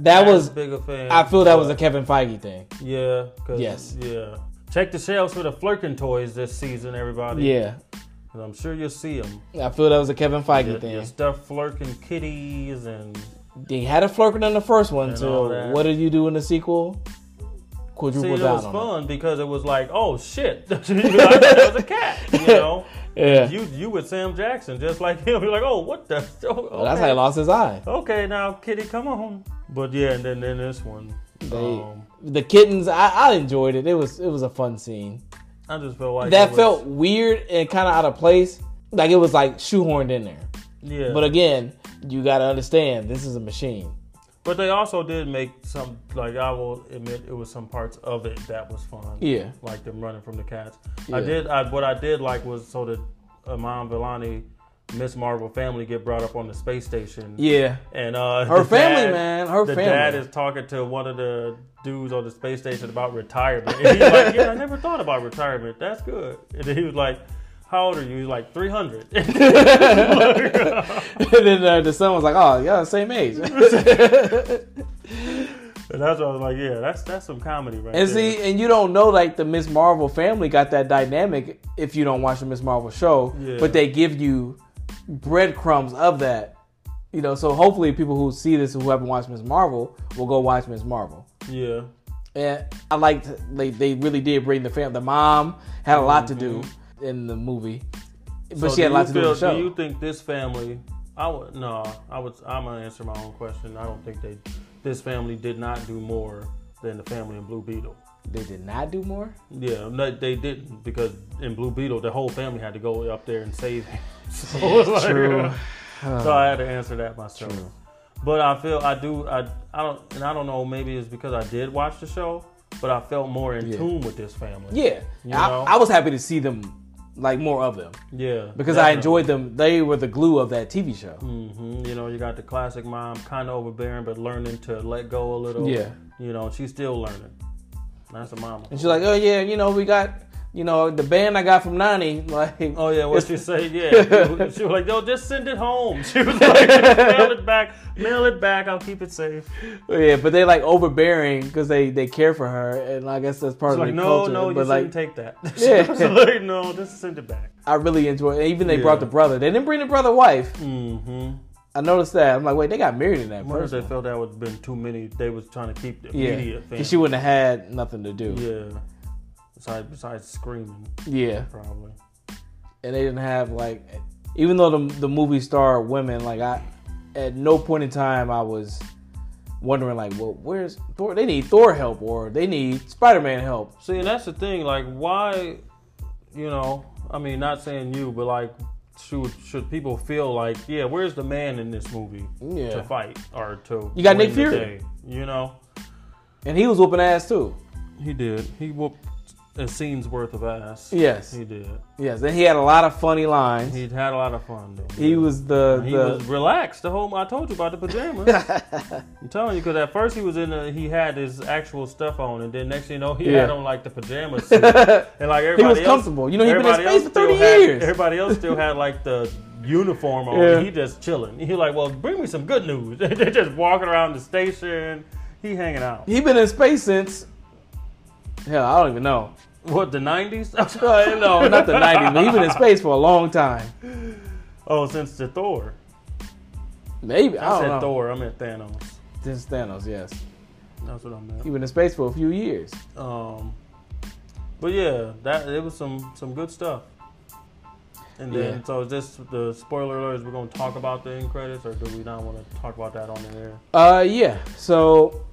That
as
was-
big a fan.
I feel that was
but-
a Kevin Feige thing.
Yeah. 'cause-
Yes.
Yeah. Check the shelves for the Flurkin toys this season, everybody.
Yeah,
'Cause I'm sure you'll see them.
I feel that was a Kevin Feige
Your,
thing.
your stuffed Flurkin kitties and
They had a flirting in the first one,
And
so
all that.
what did you do in the sequel?
see,
Quadruple
it
down
was
on it.
fun because it was like, oh shit, (laughs) You like, that was a cat,
(laughs)
you know.
Yeah.
You you with Sam Jackson, just like him. (laughs) You're like, oh, what the? Oh, okay.
Well, that's how he lost his eye.
okay, now kitty, come on. But yeah, and then then this one.
They,
Um,
the kittens, I, I enjoyed it. It was it was a fun scene.
I just felt like it
That
was-
felt weird and kind of out of place. Like it was like shoehorned in there.
yeah.
But again, you got to understand this is a machine.
But they also did make some, like I will admit, it was some parts of it that was fun.
Yeah.
Like them running from the cats.
Yeah.
I did. I what I did like was so that Amon Villani, Miss Marvel family get brought up on the space station.
Yeah.
And uh,
Her
the
family,
dad-
man. Her
the
family.
dad is talking to one of the dudes on the space station about retirement. And he's like, "Yeah, I never thought about retirement. That's good." And then he was like, "How old are you?" He's like, (laughs) 300.
(laughs) and then uh, the son was like, "Oh, y'all the same
(laughs)
age."
and that's what I was like, "Yeah, that's that's some comedy right
and
there."
see, and you don't know like the Miss Marvel family got that dynamic if you don't watch the Miss Marvel show.
Yeah.
But they give you breadcrumbs of that. You know, so hopefully people who see this who haven't watched Miss Marvel will go watch Miss Marvel.
yeah.
And I liked they they really did bring the fam. The mom had a lot to do in the movie, but
Mm-hmm. So
she had a lot to
you
do in the
feel-
show.
Do you think this family? I would no. I would. I'm gonna answer my own question. I don't think they. This family did not do more than the family in Blue Beetle.
they did not do more.
Yeah, no, they didn't because in Blue Beetle the whole family had to go up there and save him. (laughs)
(laughs)
So, it's like, uh,
True.
so I had to answer that myself. But I feel I do. I I don't. And I don't know. Maybe it's because I did watch the show, but I felt more in
Yeah.
tune with this family.
Yeah,
You know?
I, I was happy to see them like more of them
Yeah.
because I
definitely.
enjoyed them. They were the glue of that TV show.
hmm You know, you got the classic mom, kind of overbearing, but learning to let go a little.
Yeah.
You know, she's still learning. That's a mama.
And she's like, "Oh yeah, you know, we got you know the band I got from Nani." (laughs) Like,
Oh yeah, what she
(laughs)
say? Yeah, she was like, "Yo, just send it home." (laughs) She was like, "Just "Mail it back, mail it back. I'll keep it safe."
yeah, but they like overbearing because they they care for her, and I guess that's part
She's
of
like,
the
"No,
culture.
no, you
but like,
shouldn't take that." (laughs)
Yeah.
She's like, "No, just send it back."
I really enjoy. It. Even they
Yeah.
brought the brother. They didn't bring the brother wife.
Mm-hmm.
I noticed that. I'm like, wait, they got married in that
Wonder if
person.
they felt that would have been too many. They was trying to keep the
Yeah,
media thing.
because she wouldn't have had nothing to do.
yeah. Besides, besides screaming,
yeah.
probably.
and they didn't have like even though the, the movie star women like i at no point in time i was wondering like well where's thor they need thor help or they need spider-man help
See, and that's the thing. Like, why, you know, I mean, not saying you, but like, should should people feel like, yeah, where's the man in this movie
Yeah.
to fight or to?
You got
win
Nick
the
Fury.
day? you know,
and he was whooping ass too
he did. He whooped it seems worth of ass.
Yes.
He did.
Yes, and he had a lot of funny lines. He,
He had a lot of fun though.
was the,
He
the
was relaxed the whole. I told you about the pajamas.
(laughs)
I'm telling you, because at first he was in. A, he had his actual stuff on, and then next thing you know, he
Yeah.
had on like the
(laughs)
pajamas. and like everybody
was
else-
comfortable. You know, he'd been in
everybody
space
else
for 30
still had-
years.
Everybody else still had like the uniform on.
Yeah.
and He just chilling. He like, well, bring me some good news. (laughs) They're just walking around the station. He hanging out.
he been in space since. Hell, I don't even know.
What
(laughs)
the '90s?
Uh, no, not the '90s, but he been in space for a long time.
(laughs) Oh, since the Thor.
Maybe I,
I,
don't
said
know.
Thor. I meant Thanos.
Since Thanos, yes,
That's what I meant.
he been in space for a few years.
Um, but yeah, that it was some some good stuff. And then,
Yeah.
so is this the spoiler alert? Is we're gonna talk about the end credits, or do we not want to talk about that on the air?
Uh, yeah. So,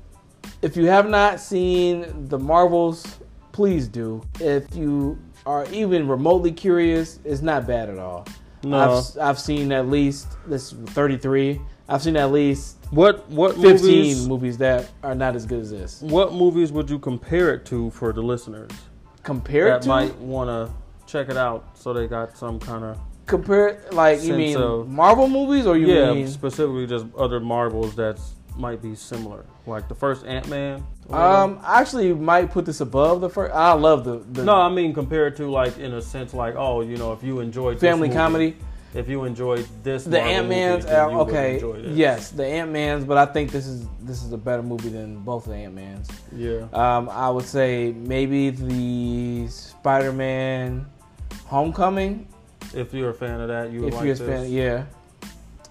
if you have not seen the Marvels, please do. If you are even remotely curious, it's not bad at all.
No.
I've, I've seen at least this 33. I've seen at least
What what
15 movies, that are not as good as this.
What movies would you compare it to for the listeners
Compare it
that
to
might want to check it out, so they got some kind of
compare like you
Since,
mean
uh,
Marvel movies or you
yeah,
mean
specifically just other marbles that might be similar, like the first Ant Man.
um I actually might put this above the first. I love the, the
no, I mean compared to like in a sense like oh you know if you enjoyed this
family
movie-
comedy.
if you enjoyed this
The
Marvel
Ant Man's
movie, then you would
okay.
enjoy this.
Yes, the Ant Man's, but I think this is this is a better movie than both of the Ant Man's.
yeah
Um, I would say maybe the Spider Man Homecoming.
if you're a fan of that you would
If
like
you're a
this
fan yeah.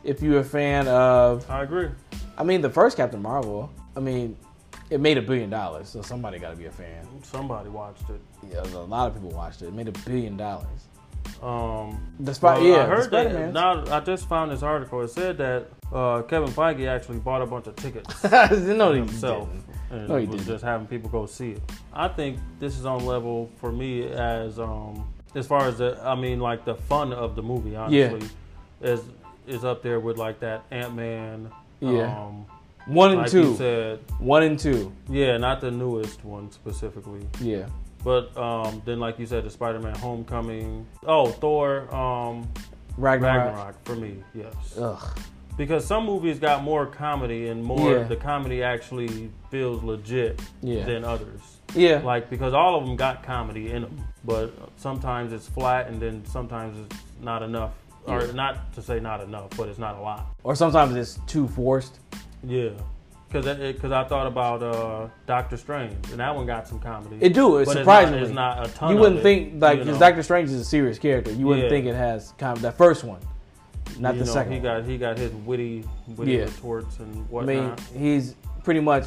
If you're a fan of
i agree
I mean the first Captain Marvel, I mean, it made a billion dollars, so somebody gotta be a fan.
somebody watched it
Yeah, a lot of people watched it. It made a billion dollars.
um
The Spider
well,
yeah,
i
the
heard that
Spider-Man's. (laughs)
now i just found this article it said that uh, kevin feige actually bought a bunch of tickets
(laughs) no, he
himself
didn't.
and
No, he
was
didn't.
just having people go see it i think this is on level for me as um as far as the i mean like the fun of the movie honestly is is up there with like that ant-man
Yeah.
um,
One and
like you
two.
said
One and two.
Yeah, not the newest one specifically,
Yeah.
but um, then like you said, the Spider-Man Homecoming. Oh, Thor um,
Ragnarok.
Ragnarok for me, yes.
Ugh.
Because some movies got more comedy and more
Yeah.
the comedy actually feels legit
Yeah.
than others.
Yeah.
Like because all of them got comedy in them, but sometimes it's flat and then sometimes it's not enough, or
Yeah.
not to say not enough, but it's not a lot.
or sometimes it's too forced.
Yeah. Cause, it, cause I thought about uh, Doctor Strange, and that one got some comedy.
It do. It's
But
surprisingly.
It's not, it's not a ton.
you
of
wouldn't
it,
think like
you
because
know.
Doctor Strange is a serious character. You wouldn't
Yeah.
think it has com- that first one, not
You
the
know,
second.
He
one.
got he got his witty witty
Yeah.
retorts and
I mean,
whatnot.
he's pretty much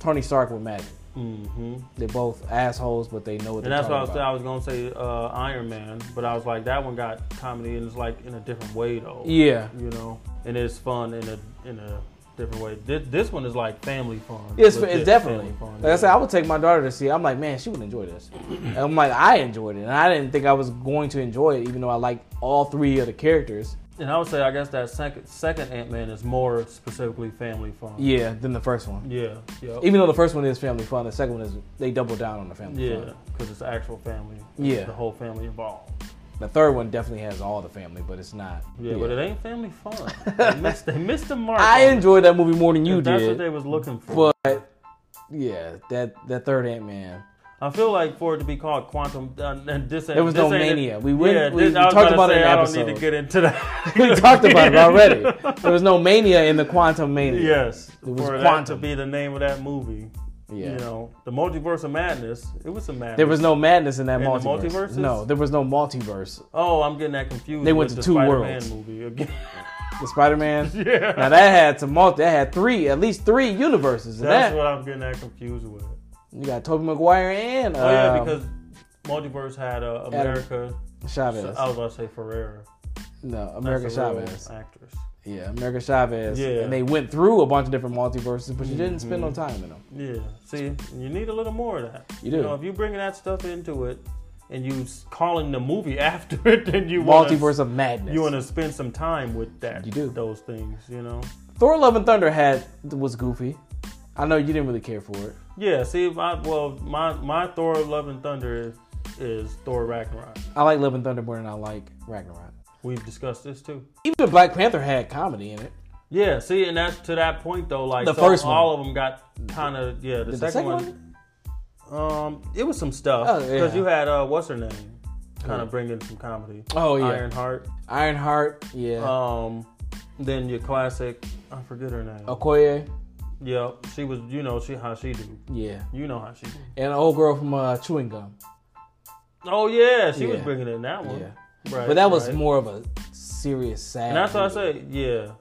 Tony Stark with magic.
hmm
They're both assholes, but mm-hmm. they know what
And
they're
that's what I was
talking
I was gonna say uh, Iron Man, but I was like that one got comedy and it's like in a different way though.
about. Yeah,
You know, and it's fun in a in a different way. This, this one is like family fun.
it's, it's
Legit
definitely.
family fun.
Like I said, I would take my daughter to see. it. I'm like, man, she would enjoy this. And I'm like, I enjoyed it, and I didn't think I was going to enjoy it, even though I liked all three of the characters.
and I would say I guess that second second Ant Man is more specifically family fun.
Yeah, than the first one.
Yeah. Yeah.
Even though the first one is family fun, the second one is they double down on the family
Yeah,
fun.
because it's actual family. It's
Yeah.
the whole family involved.
The third one definitely has all the family, but it's not.
Yeah, but it ain't family
(laughs)
fun. they, missed, they missed the mark.
I
on it.
enjoyed that movie more than you
If That's what
did.
they was looking for.
But yeah, that that third Ant Man.
I feel like for it to be called quantum, uh, and this
There was
this
no
ain't it.
mania. We wouldn't- we- we
I was
talked about
about to
it
say,
in
I
the
don't need to
episode.
get into that.
(laughs) (laughs) we talked about it already. There was no mania in the Quantum Mania.
(laughs) yes,
It was
for that to
quantum.
be the name of that movie.
Yeah.
You know, the multiverse of madness. It was some madness.
There was no madness in that
In the
multiverse.
multiverses?
No, there was no multiverse.
oh, I'm getting that confused.
They went
with
to
the
two
Spider-Man
worlds. (laughs)
Movie again.
The Spider Man.
(laughs) yeah,
Now that had some multi. That had three, at least three universes. And
that's
that
what I'm getting that confused with.
you got Tobey Maguire and
Oh yeah,
um,
because multiverse had uh, America.
Chavez.
I was about to say Ferrera.
no,
uh, That's
America
a real
Chavez.
actress.
Yeah, America Chavez.
Yeah.
And they went through a bunch of different multiverses, but you didn't spend no
Mhm.
time in them.
Yeah. See, you need a little more of that.
You do.
know, if you bringing that stuff into it, and you s- calling the movie (laughs) after it, then you
Multiverse
Wanna,
of Madness.
you want to spend some time with that.
You do.
those things. You know.
Thor: Love and Thunder had was goofy. I know you didn't really care for it.
Yeah, see, my well, my my Thor: Love and Thunder is, is Thor Ragnarok.
I like Love and Thunder more than I like Ragnarok.
We've discussed this too.
Even Black Panther had comedy in it.
Yeah, see, and that's to that point though. Like
The
so
first one.
all of them got kind of yeah. The,
Did
second, one, um, it was some stuff
Oh, yeah.
because you had uh, what's her name, kind of bringing some comedy.
Oh yeah,
Ironheart.
Ironheart. Yeah,
Um, then your classic, I forget her name.
Okoye.
Yeah, she was. You know, she how she do.
Yeah,
You know how she do.
and an old girl from uh, Chewing Gum.
Oh yeah, she was
Yeah.
bringing in that one.
Yeah,
Right,
but that was
right.
more of a serious sad.
And that's what I
movie.
say, yeah.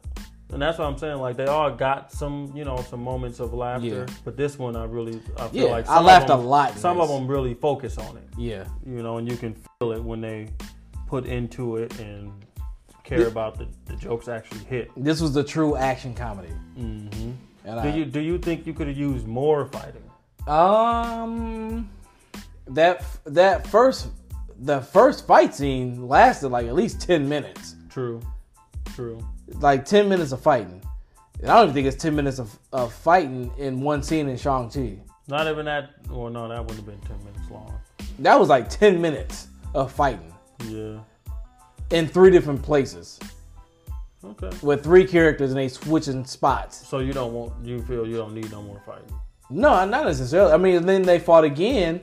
And that's what I'm saying. Like they all got some, you know, some moments of laughter.
Yeah.
But this one, I really, I feel
Yeah,
like
I
some of
laughed a
them-
lot. in
Some of
this.
them really focus on it,
Yeah,
you know, and you can feel it when they put into it and care
Did-
about the, the jokes actually hit.
this was the true action comedy.
Mm-hmm.
And
Do
I,
you do you think you could have used more fighting?
Um, that that first the first fight scene lasted like at least ten minutes,
True, true.
like ten minutes of fighting. And I don't even think it's ten minutes of, of fighting in one scene in Shang Chi.
Not even that. Well, no, that would have been ten minutes long.
That was like ten minutes of fighting
Yeah.
in three different places
Okay.
with three characters and they switching spots.
So you don't want you feel you don't need no more fighting.
No, not necessarily. I mean, and then they fought again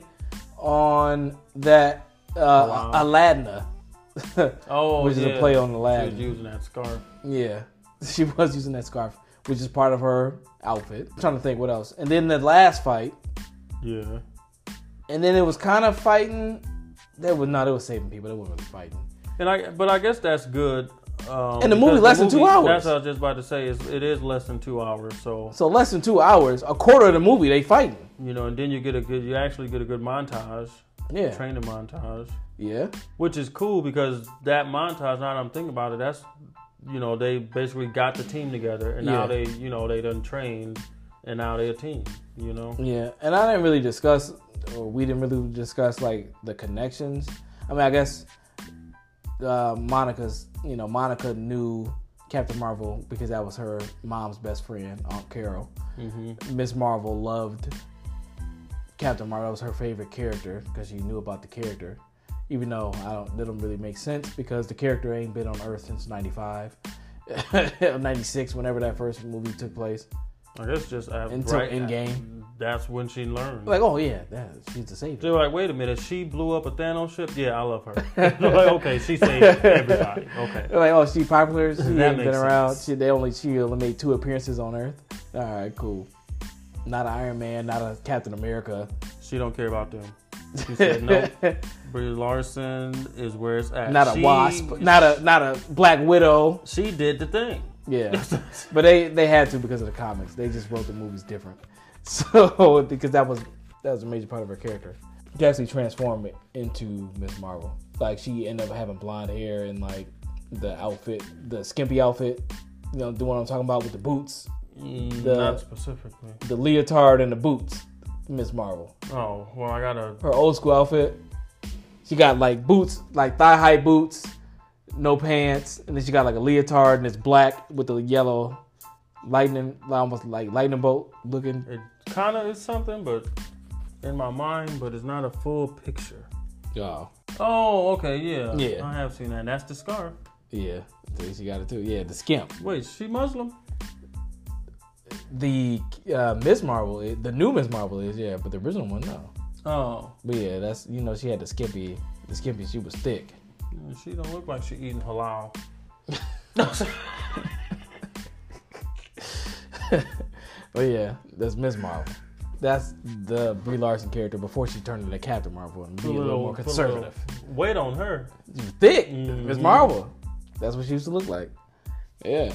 on that uh,
Wow.
Aladna, (laughs)
Oh,
which is
yeah.
a play on
She
Aladdin.
was using that scarf.
Yeah, (laughs) she was using that scarf, which is part of her outfit. I'm trying to think what else. And then the last fight,
Yeah.
and then it was kind of fighting. That was not. It was saving people. They weren't really fighting.
And I, but I guess that's good. Um,
And the
because
movie less than two hours.
That's what I was just about to say. Is it is less than two hours, so
So less than two hours, a quarter of the movie, they fighting.
you know, and then you get a good, you actually get a good montage,
Yeah,
training montage,
yeah,
which is cool because that montage. Now that I'm thinking about it, that's you know they basically got the team together, and now
Yeah.
they you know they done trained, and now they a team. You know,
yeah. And I didn't really discuss, or we didn't really discuss like the connections. I mean, I guess uh, Monica's. You know, Monica knew Captain Marvel because that was her mom's best friend, Aunt Carol.
hmm
Miss Marvel loved Captain Marvel. That was her favorite character because she knew about the character. Even though I don't, that don't really make sense because the character ain't been on Earth since (laughs) '95, '96, whenever that first movie took place.
I guess just at,
Until
right uh,
Endgame.
That's when she learned.
Like, oh yeah, that, she's the
They're
savior.
like, wait a minute, she blew up a Thanos ship? Yeah, I love her.
(laughs)
(laughs) They're like, okay, she saved everybody. Okay.
They're like, oh, she
(laughs)
popular. She
That
ain't been
makes
around.
sense.
She, they only she only made two appearances on Earth. All right, cool. Not an Iron Man, not a Captain America.
She don't care about them.
(laughs)
She said, no, (laughs) Brie Larson is where it's at.
Not a
She-
Wasp. Not a not a Black Widow.
She did the thing.
Yeah. But they they had to because of the comics. They just wrote the movies different. (laughs) So because that was that was a major part of her character. She actually transformed it into Miss Marvel. Like she ended up having blonde hair and like the outfit, the skimpy outfit. You know, the one I'm talking about with the boots,
Mm,
The-
Not specifically.
the leotard and the boots. Miss Marvel,
Oh, well, I got to
her old school outfit. She got like boots, like thigh high boots, no pants, and then she got like a leotard and it's black with the yellow lightning, almost like lightning bolt looking
It kind of is something, but in my mind, but it's not a full picture.
Oh,
Oh, okay, yeah.
Yeah.
I have seen that. That's the scarf.
yeah. So She got it too. Yeah, the skimp.
Wait, she Muslim?
The uh, Miss Marvel, is, the new Miss Marvel is yeah, but the original one no.
Oh,
But yeah, that's you know she had the skimpy, the skimpy. She was thick.
she don't look like she eating halal.
But yeah, that's Miss Marvel. That's the Brie Larson character before she turned into Captain Marvel and be a
Put
little, more
put a
conservative.
little weight on her.
She was thick, Miss
Mhm.
Marvel. That's what she used to look like. Yeah.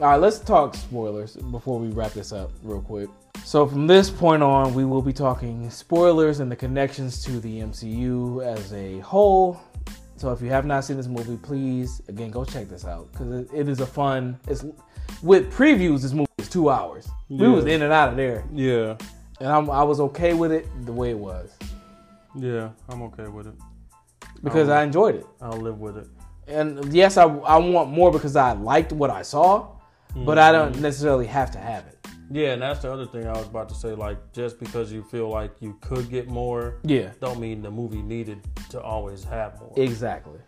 All right, let's talk spoilers before we wrap this up real quick. So from this point on, we will be talking spoilers and the connections to the MCU as a whole. So if you have not seen this movie, please again go check this out because it, it is a fun. It's with previews. This movie is two hours. We was
Yeah.
in and out of there,
Yeah,
and I'm, I was okay with it the way it was
yeah, I'm okay with it.
because
Oh.
I enjoyed it.
I'll live with it.
And yes,
Mm-hmm.
I I want more because I liked what I saw, but I don't necessarily have to have it.
Yeah, and that's the other thing I was about to say. Like, just because you feel like you could get more,
Yeah,
don't mean the movie needed to always have more.
exactly.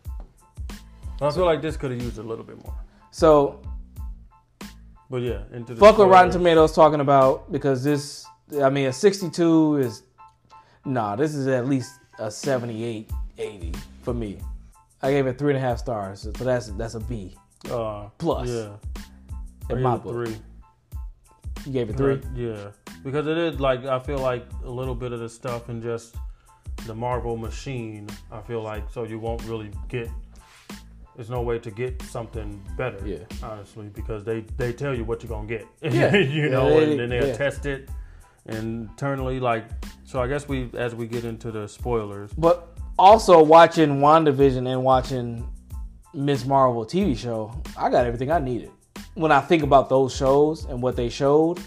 I feel like this could have used a little bit more.
So
But yeah, into the
fuck what Rotten
spoilers.
Tomatoes talking about because this, I mean, a 62 is, nah, this is at least a 78, 80 for me. I gave it three and a half stars, so that's that's a B
Uh,
Plus.
Yeah,
in
I
my
give it
book.
three.
You gave it three.
Right, Yeah, because it is like I feel like a little bit of the stuff in just the Marvel machine. I feel like so you won't really get. There's no way to get something better.
Yeah.
honestly, because they they tell you what you're gonna get. (laughs)
Yeah.
you
Yeah,
know,
they-
and then they
yeah.
will test it internally. Like so, I guess we as we get into the spoilers.
But also watching WandaVision and watching Ms. Marvel TV show, I got everything I needed. When I think about those shows and what they showed,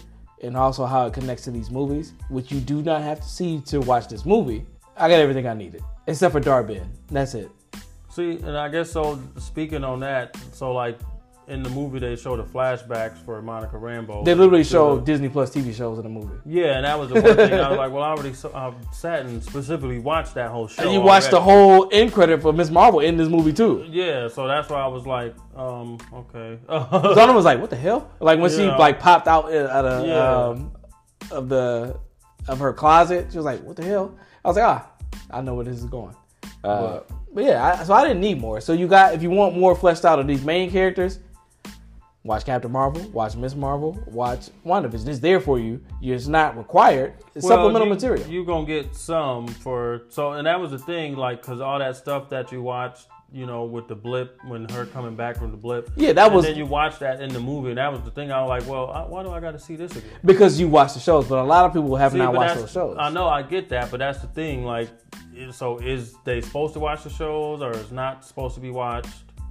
and also how it connects to these movies, which you do not have to see to watch this movie, I got everything I needed except for Darbin. That's it.
See, and I guess so. Speaking on that, so like in the movie they show the flashbacks for Monica Rambo.
They literally
To
show
the-
Disney Plus TV shows in the movie.
Yeah, and that was the one thing I was like, well, I already so, uh, sat and specifically watched that whole show.
And you watch the
already.
whole end credit for Ms. Marvel in this movie too.
Yeah, so that's why I was like, um, okay. (laughs)
(laughs) Zona was like, "What the hell?" Like when she
Yeah.
like popped out in- out of
Yeah.
um, of the of her closet, she was like, "What the hell?" I was like, "Ah, I know where this is going." Uh,
Right.
but yeah, I, so I didn't need more. So you got if you want more fleshed out of these main characters, watch Captain Marvel, watch Miss Marvel, watch WandaVision. It's there for you. It's not required. It's
Well,
supplemental
you-
material.
You gonna get some for so, and that was the thing, like, cause all that stuff that you watched, you know, with the blip when her coming back from the blip.
Yeah, that
and
was-
Then you watched that in the movie, and that was the thing. I was like, well, I, why do I got to see this again?
because you watch the shows, but a lot of people have
See,
not
but
watched those
that's-
shows.
I know, I get that, but that's the thing. Like, is- so is they supposed to watch the shows, or is not supposed to be watched?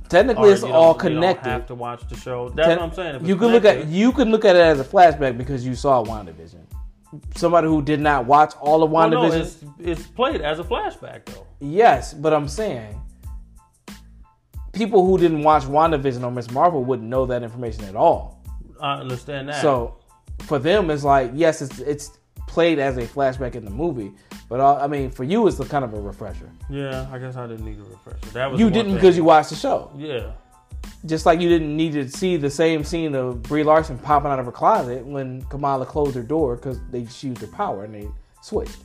Technically,
Or
it's
you
all
don't- You don't
connected.
have to watch the show. That's
Ten-
what I'm saying. If
you
it's
can look at
connected-
you can look at it as a flashback because you saw WandaVision. Somebody who did not watch all of
Well,
WandaVision.
no, it's, it's played as a flashback though.
yes, but I'm saying people who didn't watch WandaVision or Miss Marvel wouldn't know that information at all.
I understand that.
So for them, it's like yes, it's it's played as a flashback in the movie, but all, I mean for you, it's the kind of a refresher.
yeah, I guess I didn't need a refresher. That was
You
the one
didn't
thing.
because you watched the show.
yeah.
Just like you didn't need to see the same scene of Brie Larson popping out of her closet when Kamala closed her door because they just used her power and they switched.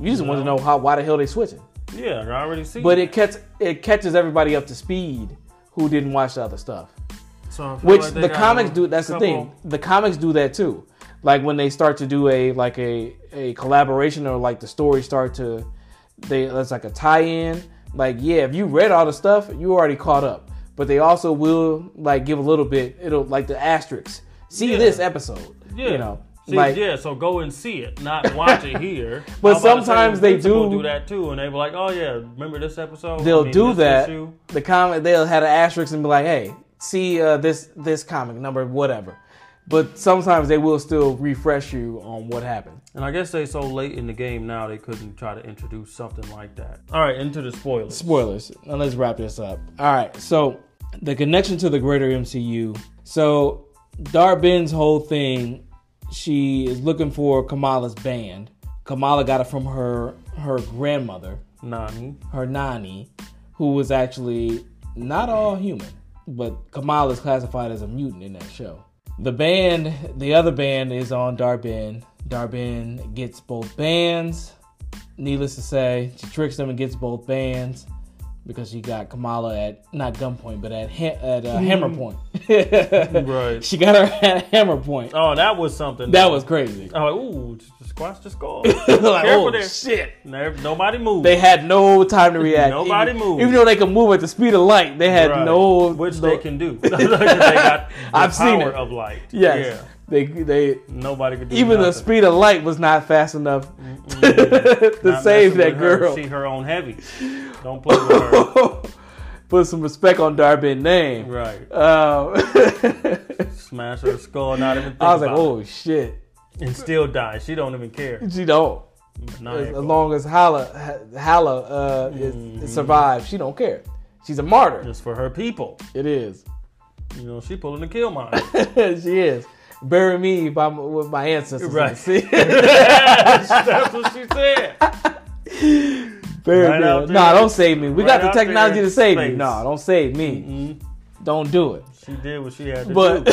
You just want to
No.
know how why the hell they switching.
Yeah, I already see.
But it catch it catches everybody up to speed who didn't watch the other stuff.
so I feel
Which
like they
the
got
comics
a
do. That's the
couple-
thing. The comics do that too. Like when they start to do a like a a collaboration or like the stories start to they that's like a tie-in. Like yeah, if you read all the stuff, you already caught up. But they also will like give a little bit. It'll like the asterisks. See
Yeah.
this episode.
Yeah.
You know.
See,
like
yeah, so go and see it, not watch
(laughs)
it here.
But
I was about to say,
sometimes they
people
do-
do that too, and they were like, "Oh yeah, remember this episode?"
they'll
I mean,
do
this
that.
issue?
The comic they'll have an asterisk and be like, "Hey, see uh, this this comic number whatever." But sometimes they will still refresh you on what happened.
And I guess they so late in the game now they couldn't try to introduce something like that. All right, into the spoilers.
spoilers. Now let's wrap this up. All right. So the connection to the greater MCU. So Darbin's whole thing, she is looking for Kamala's band. Kamala got it from her her grandmother,
Nani.
her nani, who was actually not all human, but Kamala is classified as a mutant in that show. The band, the other band, is on Darbin. Darbin gets both bands. Needless to say, she tricks them and gets both bands because she got Kamala at not gunpoint, but at ha- at uh, hammer
Mm.
point.
Right.
(laughs) She got her at hammer point.
Oh, that was something.
That was crazy.
I'm like, ooh, just squash the skull.
(laughs) like,
Careful
oh
there.
shit!
Never, nobody moved.
They had no time to react.
Nobody
even,
moved.
Even though they could move at the speed of light, they had
Right.
no.
which
no-
they can do.
(laughs)
(laughs) 'Cause they got the
I've seen
power
it.
of light.
Yes. They they
Yeah. Nobody could do
even the
nothing.
speed of light was not fast enough (laughs) to
Not
save
messing
that
with her.
girl.
She her own heavy. Don't play with her.
(laughs) Put some respect on Darbin name.
right.
Um, (laughs)
Smash her skull. Not even. Think
I was like,
about it.
oh shit,
And still die. She don't even care.
she don't.
Nah,
As, as
ain't Mm-hmm.
long as Hala Hala uh, is- survives, she don't care. She's a martyr.
It's for her people.
It is. (laughs)
You know, she pulling the kill mine. (laughs)
she is. bury me by my, with my ancestors.
Right. (laughs)
See?
That's what she said.
(laughs) bury
Right
me.
out there.
Nah, don't save me. We
Right
got
out
the technology
there
to save me.
space.
Nah, don't save me.
Mm,
Don't do it.
She did what she had to
But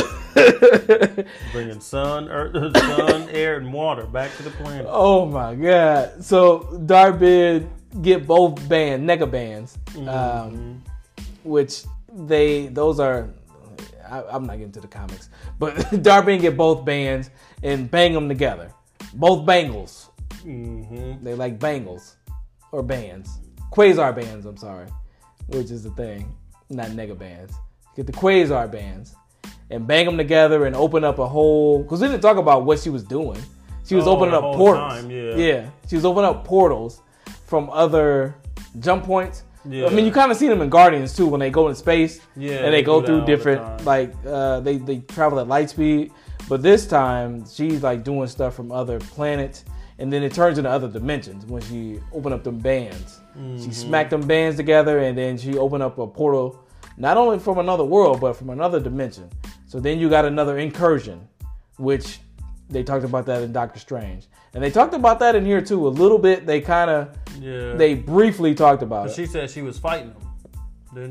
do. Bringing sun, earth, (laughs) sun, air, and water back to the planet.
oh my god. So Darbid get both band nega bands. Um,
Mhm.
which they those are I, I'm not getting to the comics, but (laughs) Darby and get both bands and bang them together. Both bangles.
Mhm.
They like bangles or bands. Quasar bands, I'm sorry, which is the thing, not nega bands. Get the quasar bands and bang them together and open up a whole. Because we didn't talk about what she was doing. She was
Oh,
opening
the
up
whole
portals.
time, yeah.
she was opening up portals from other jump points.
Yeah.
I mean, you kind of see them in Guardians too when they go in space
Yeah,
and they
they
go
do
through
that all the
different
time.
like uh, they they travel at light speed. But this time she's like doing stuff from other planets, and then it turns into other dimensions when she opened up them bands. She
Mhm.
smacked them bands together, and then she opened up a portal, not only from another world but from another dimension. So then you got another incursion, which they talked about that in Doctor Strange, and they talked about that in here too a little bit. They kind of
Yeah.
they briefly talked about
But
it.
she said she was fighting them,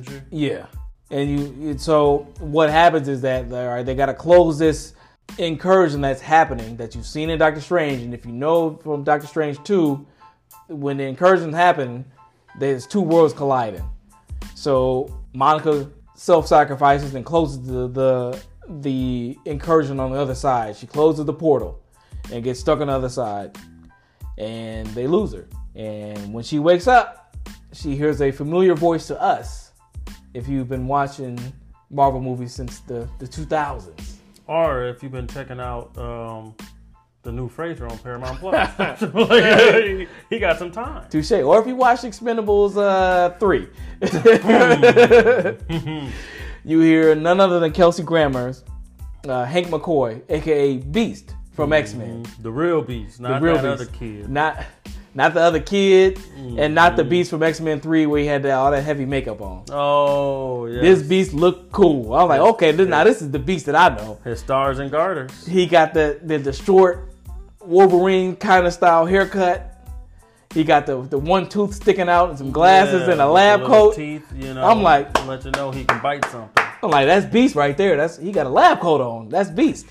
didn't she?
Yeah. And you, it- so what happens is that all right, they got to close this incursion that's happening that you've seen in Doctor Strange, and if you know from Doctor Strange two, when the incursions happen, there's two worlds colliding. So Monica self-sacrifices and closes the the, the incursion on the other side. She closes the portal and gets stuck on the other side, and they lose her. And when she wakes up, she hears a familiar voice to us if you've been watching Marvel movies since the, the 2000s.
Or if you've been checking out um, the new Fraser on
(laughs)
Paramount Plus, Like, (laughs) he got some time.
Touche. Or if you watched Expendables uh, 3, (laughs) you hear none other than Kelsey Grammer's uh, Hank McCoy, aka Beast from X Men.
The real beast, Mm-hmm. not
real
that
beast.
other kid. Mm-hmm.
Not not the other kid and not the Beast from X Men 3 where he had that, all that heavy makeup on.
Oh, yeah.
This Beast looked cool. I was like, okay, this, now this is the Beast that I know.
His stars and garters.
He got the the, the short Wolverine kind of style haircut. He got the, the one tooth sticking out and some glasses
Yeah,
and a
with
lab
the little
coat.
Teeth, you know,
I'm like-
let you know he can bite something.
I'm like, that's Beast right there. That's he got a lab coat on. That's Beast.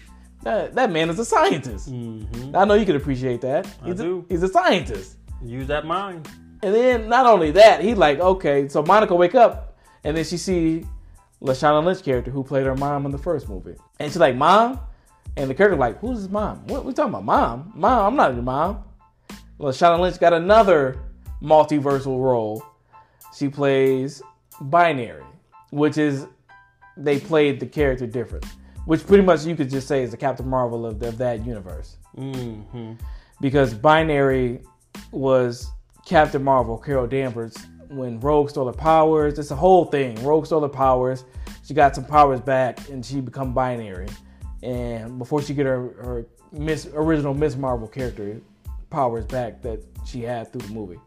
That, that man is a scientist.
hmm
I know you can appreciate that. He's, a,
do.
he's a scientist.
Use that mind.
And then not only that, he like, okay, so Monica wake up and then she see Lashana Lynch character who played her mom in the first movie. And she's like, Mom? And the character like, who's his mom? What we talking about? Mom? Mom, I'm not your mom. Lashana Lynch got another multiversal role. She plays binary, which is they played the character different. Which pretty much you could just say is the Captain Marvel of, of that universe
hmm
because Binary was Captain Marvel, Carol Danvers, when Rogue stole her powers. It's a whole thing. Rogue stole her powers. She got some powers back, and she become Binary. And before she get her, her Miss original Miss Marvel character powers back that she had through the movie.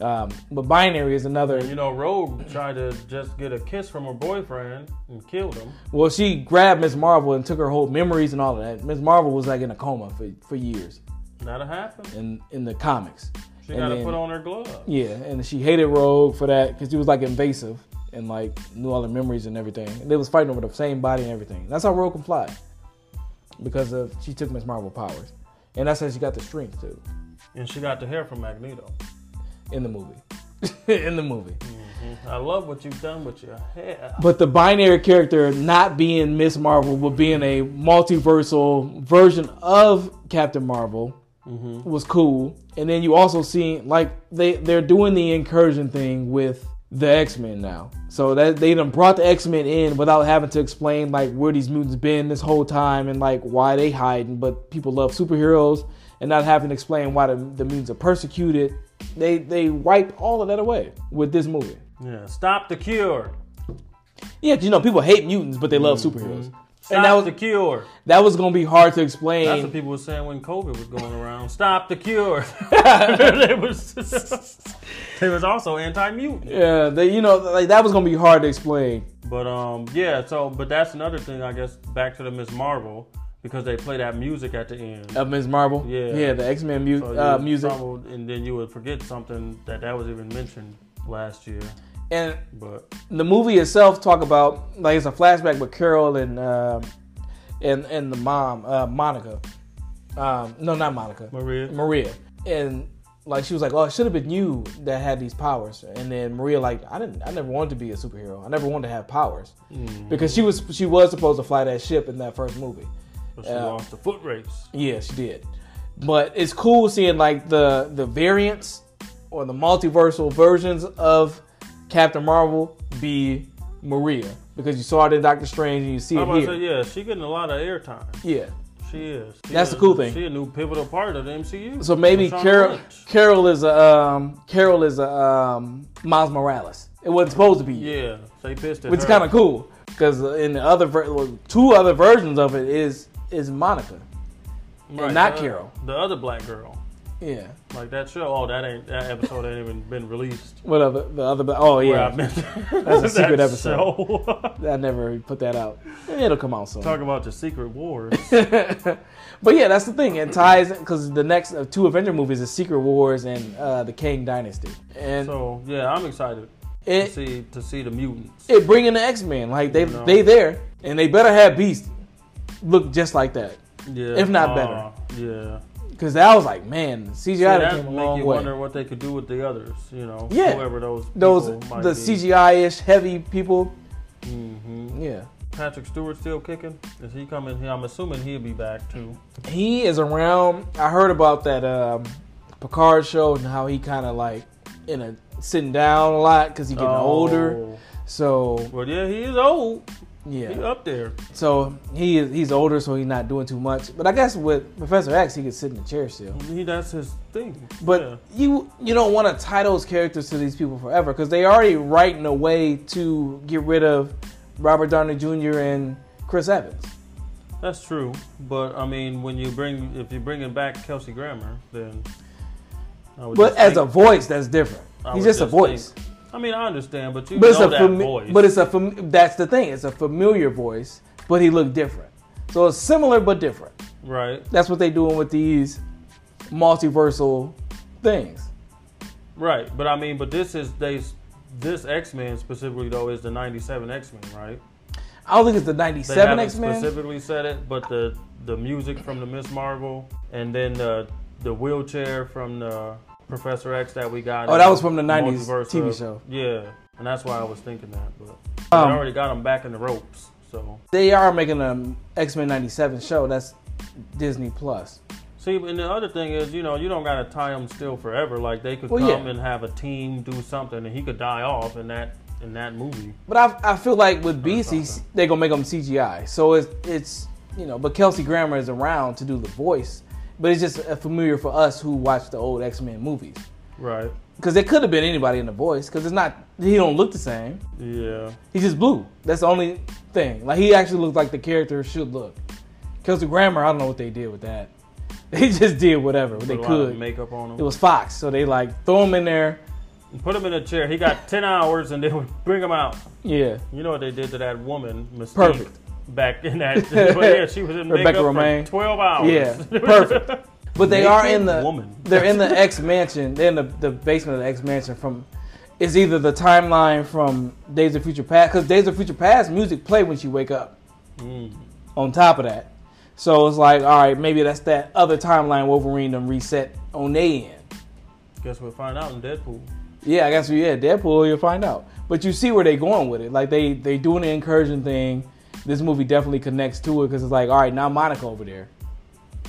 Um, but Binary is another.
You know, Rogue tried to just get a kiss from her boyfriend and killed him.
Well, she grabbed Miss Marvel and took her whole memories and all of that. Miss Marvel was like in a coma for, for years
That'll happen.
in in the comics.
She
And
got to
then-
put on her gloves.
Yeah, and she hated Rogue for that because she was like invasive and like knew all the memories and everything. And they was fighting over the same body and everything. That's how Rogue can fly because of she took Miss Marvel powers, and that's how she got the strength too
And she got the hair from Magneto.
in the movie. (laughs) in the movie,
Mm-hmm. I love what you've done with your hair.
but the binary character not being Miss Marvel but being a multiversal version of Captain Marvel
Mm-hmm.
was cool. And then you also see like they they're doing the incursion thing with the X Men now. So that they done brought the X Men in without having to explain like where these mutants been this whole time and like why they hiding. But people love superheroes and not having to explain why the, the mutants are persecuted. They they wipe all of that away with this movie.
Yeah. Stop the cure.
Yeah, 'cause, you know people hate mutants but they love superheroes.
Stop
And that was
the cure.
that was gonna be hard to explain.
That's what people were saying when COVID was going around. Stop
(laughs)
the cure. (laughs) they was (laughs) they was also anti-mutant.
yeah, they, you know like that was gonna be hard to explain.
But um, yeah. So, but that's another thing. I guess back to the Miss Marvel. because they play that music at the end.
Of Uh, Ms. Marvel?
Yeah.
Yeah, the X Men mu-
So you
uh,
would
music.
probably- and then you would forget something that that was even mentioned last year.
And
But
the movie itself talk about like it's a flashback with Carol and um and and the mom uh, Monica. Um, no, not Monica,
Maria,
Maria. And like she was like, oh, it should have been you that had these powers. And then Maria like, I didn't, I never wanted to be a superhero. I never wanted to have powers
Mm-hmm.
because she was she was supposed to fly that ship in that first movie.
but she
Yeah.
lost the foot race.
Yeah, she did. But it's cool seeing like the the variants or the multiversal versions of Captain Marvel be Maria because you saw it in Doctor Strange and you see
I'm
it
about to
here.
say, yeah, she getting a lot of airtime.
Yeah.
She is. She
That's
is-
the cool thing.
She a new pivotal part of the MCU.
So maybe
Marshawn
Carol
Lynch.
Carol is a um, Carol is a um, Miles Morales. It wasn't supposed to be, you,
Yeah, they pissed at
which
her.
is kind of cool because in the other ver- well, two other versions of it is is Monica.
Right,
not
the-
Carol.
The other black girl.
Yeah.
Like that show. Oh, that ain't that episode ain't even been released.
What other the other? Oh
Where I
yeah,
(laughs) meant
(laughs) that's a secret episode.
show. (laughs)
I never put that out. It'll come out soon.
Talk about the secret wars.
But yeah, that's the thing. It ties because the next uh, two Avenger movies is Secret Wars and uh, the Kang Dynasty, and
so yeah, I'm excited to
it
see to see the mutants.
it bring in the X Men. Like they
No.
they there, and they better have Beast look just like that.
Yeah,
if not
uh, Yeah,
Because I was like, man, CGI
yeah
done
that
came a
make
long
you
way.
wonder what they could do with the others. You know,
Yeah.
whoever those
Those
people might
the
be.
CGI ish heavy people.
Mhm.
Yeah,
Patrick Stewart still kicking? Is he coming here? I'm assuming he'll be back too.
he is around. I heard about that um, Picard show and how he kind of like in a sitting down a lot because he getting older.
Oh.
So
Well, yeah, he is old.
yeah,
He up there.
So he is, he's older, so he's not doing too much. But I guess with Professor X, he could sit in the chair still.
He that's his thing.
But
yeah.
you you don't want to tie those characters to these people forever because they already writing a way to get rid of Robert Downey Jr. and Chris Evans.
that's true. But I mean, when you bring if you're bringing back Kelsey Grammer, then I would
But
just
as a
think-
voice, that's different.
I
He's
would
just a
just
voice.
I mean, I understand, but you
But it's
know
a
that
fami-
voice.
but it's a fam- that's the thing. It's a familiar voice, but he looked different. So it's similar but different.
right,
That's what they doing with these multiversal things.
right. But I mean, but this is they this X Men specifically though is the '97 X Men, right?
I don't think it's the
They
'97
haven't
X Men.
specifically said it, but the the music from the Miss Marvel, and then the the wheelchair from the Professor X that we got.
Oh,
in
that was from the 90s
multiverse
TV
of-
show.
Yeah, and that's why I was thinking that, but
Um,
they already got him back in the ropes. So
They are making an X Men '97 show. That's Disney Plus.
see, and the other thing is, you know, you don't gotta tie him still forever. Like they could
Well,
come
yeah.
and have a team do something, and he could die off in that in that movie.
But I, I feel like with Beast,
not
he's, they're gonna make him CGI. So it's it's you know, but Kelsey Grammer is around to do the voice. But it's just uh, familiar for us who watch the old X Men movies
Right.
because it could have been anybody in the voice because it's not he don't look the same.
Yeah.
He's just blue. That's the only thing. Like he actually looks like the character should look. Kelsey Grammer, I don't know what they did with that. (laughs) They just did whatever they
Put a lot of
could.
makeup on him.
It was Fox, so they like throw him in there.
Put him in a chair. He got ten hours, and they would bring him out.
Yeah,
You know what they did to that woman, Mystique,
Perfect.
back
(laughs)
in that. but yeah, she was in
Rebecca
makeup
Romijn.
for twelve hours.
yeah,
(laughs)
perfect. But they are in the
Woman.
they're in the X mansion. They're in the, the basement of the X mansion from. It's either the timeline from Days of Future Past because Days of Future Past music play when she wake up.
Mm,
On top of that, so it's like all right, maybe that's that other timeline Wolverine done reset on they end.
guess we'll find out in Deadpool.
Yeah, I guess yeah, Deadpool, you'll find out. But you see where they going with it. Like they they doing the incursion thing. This movie definitely connects to it because it's like, all right, now Monica over there,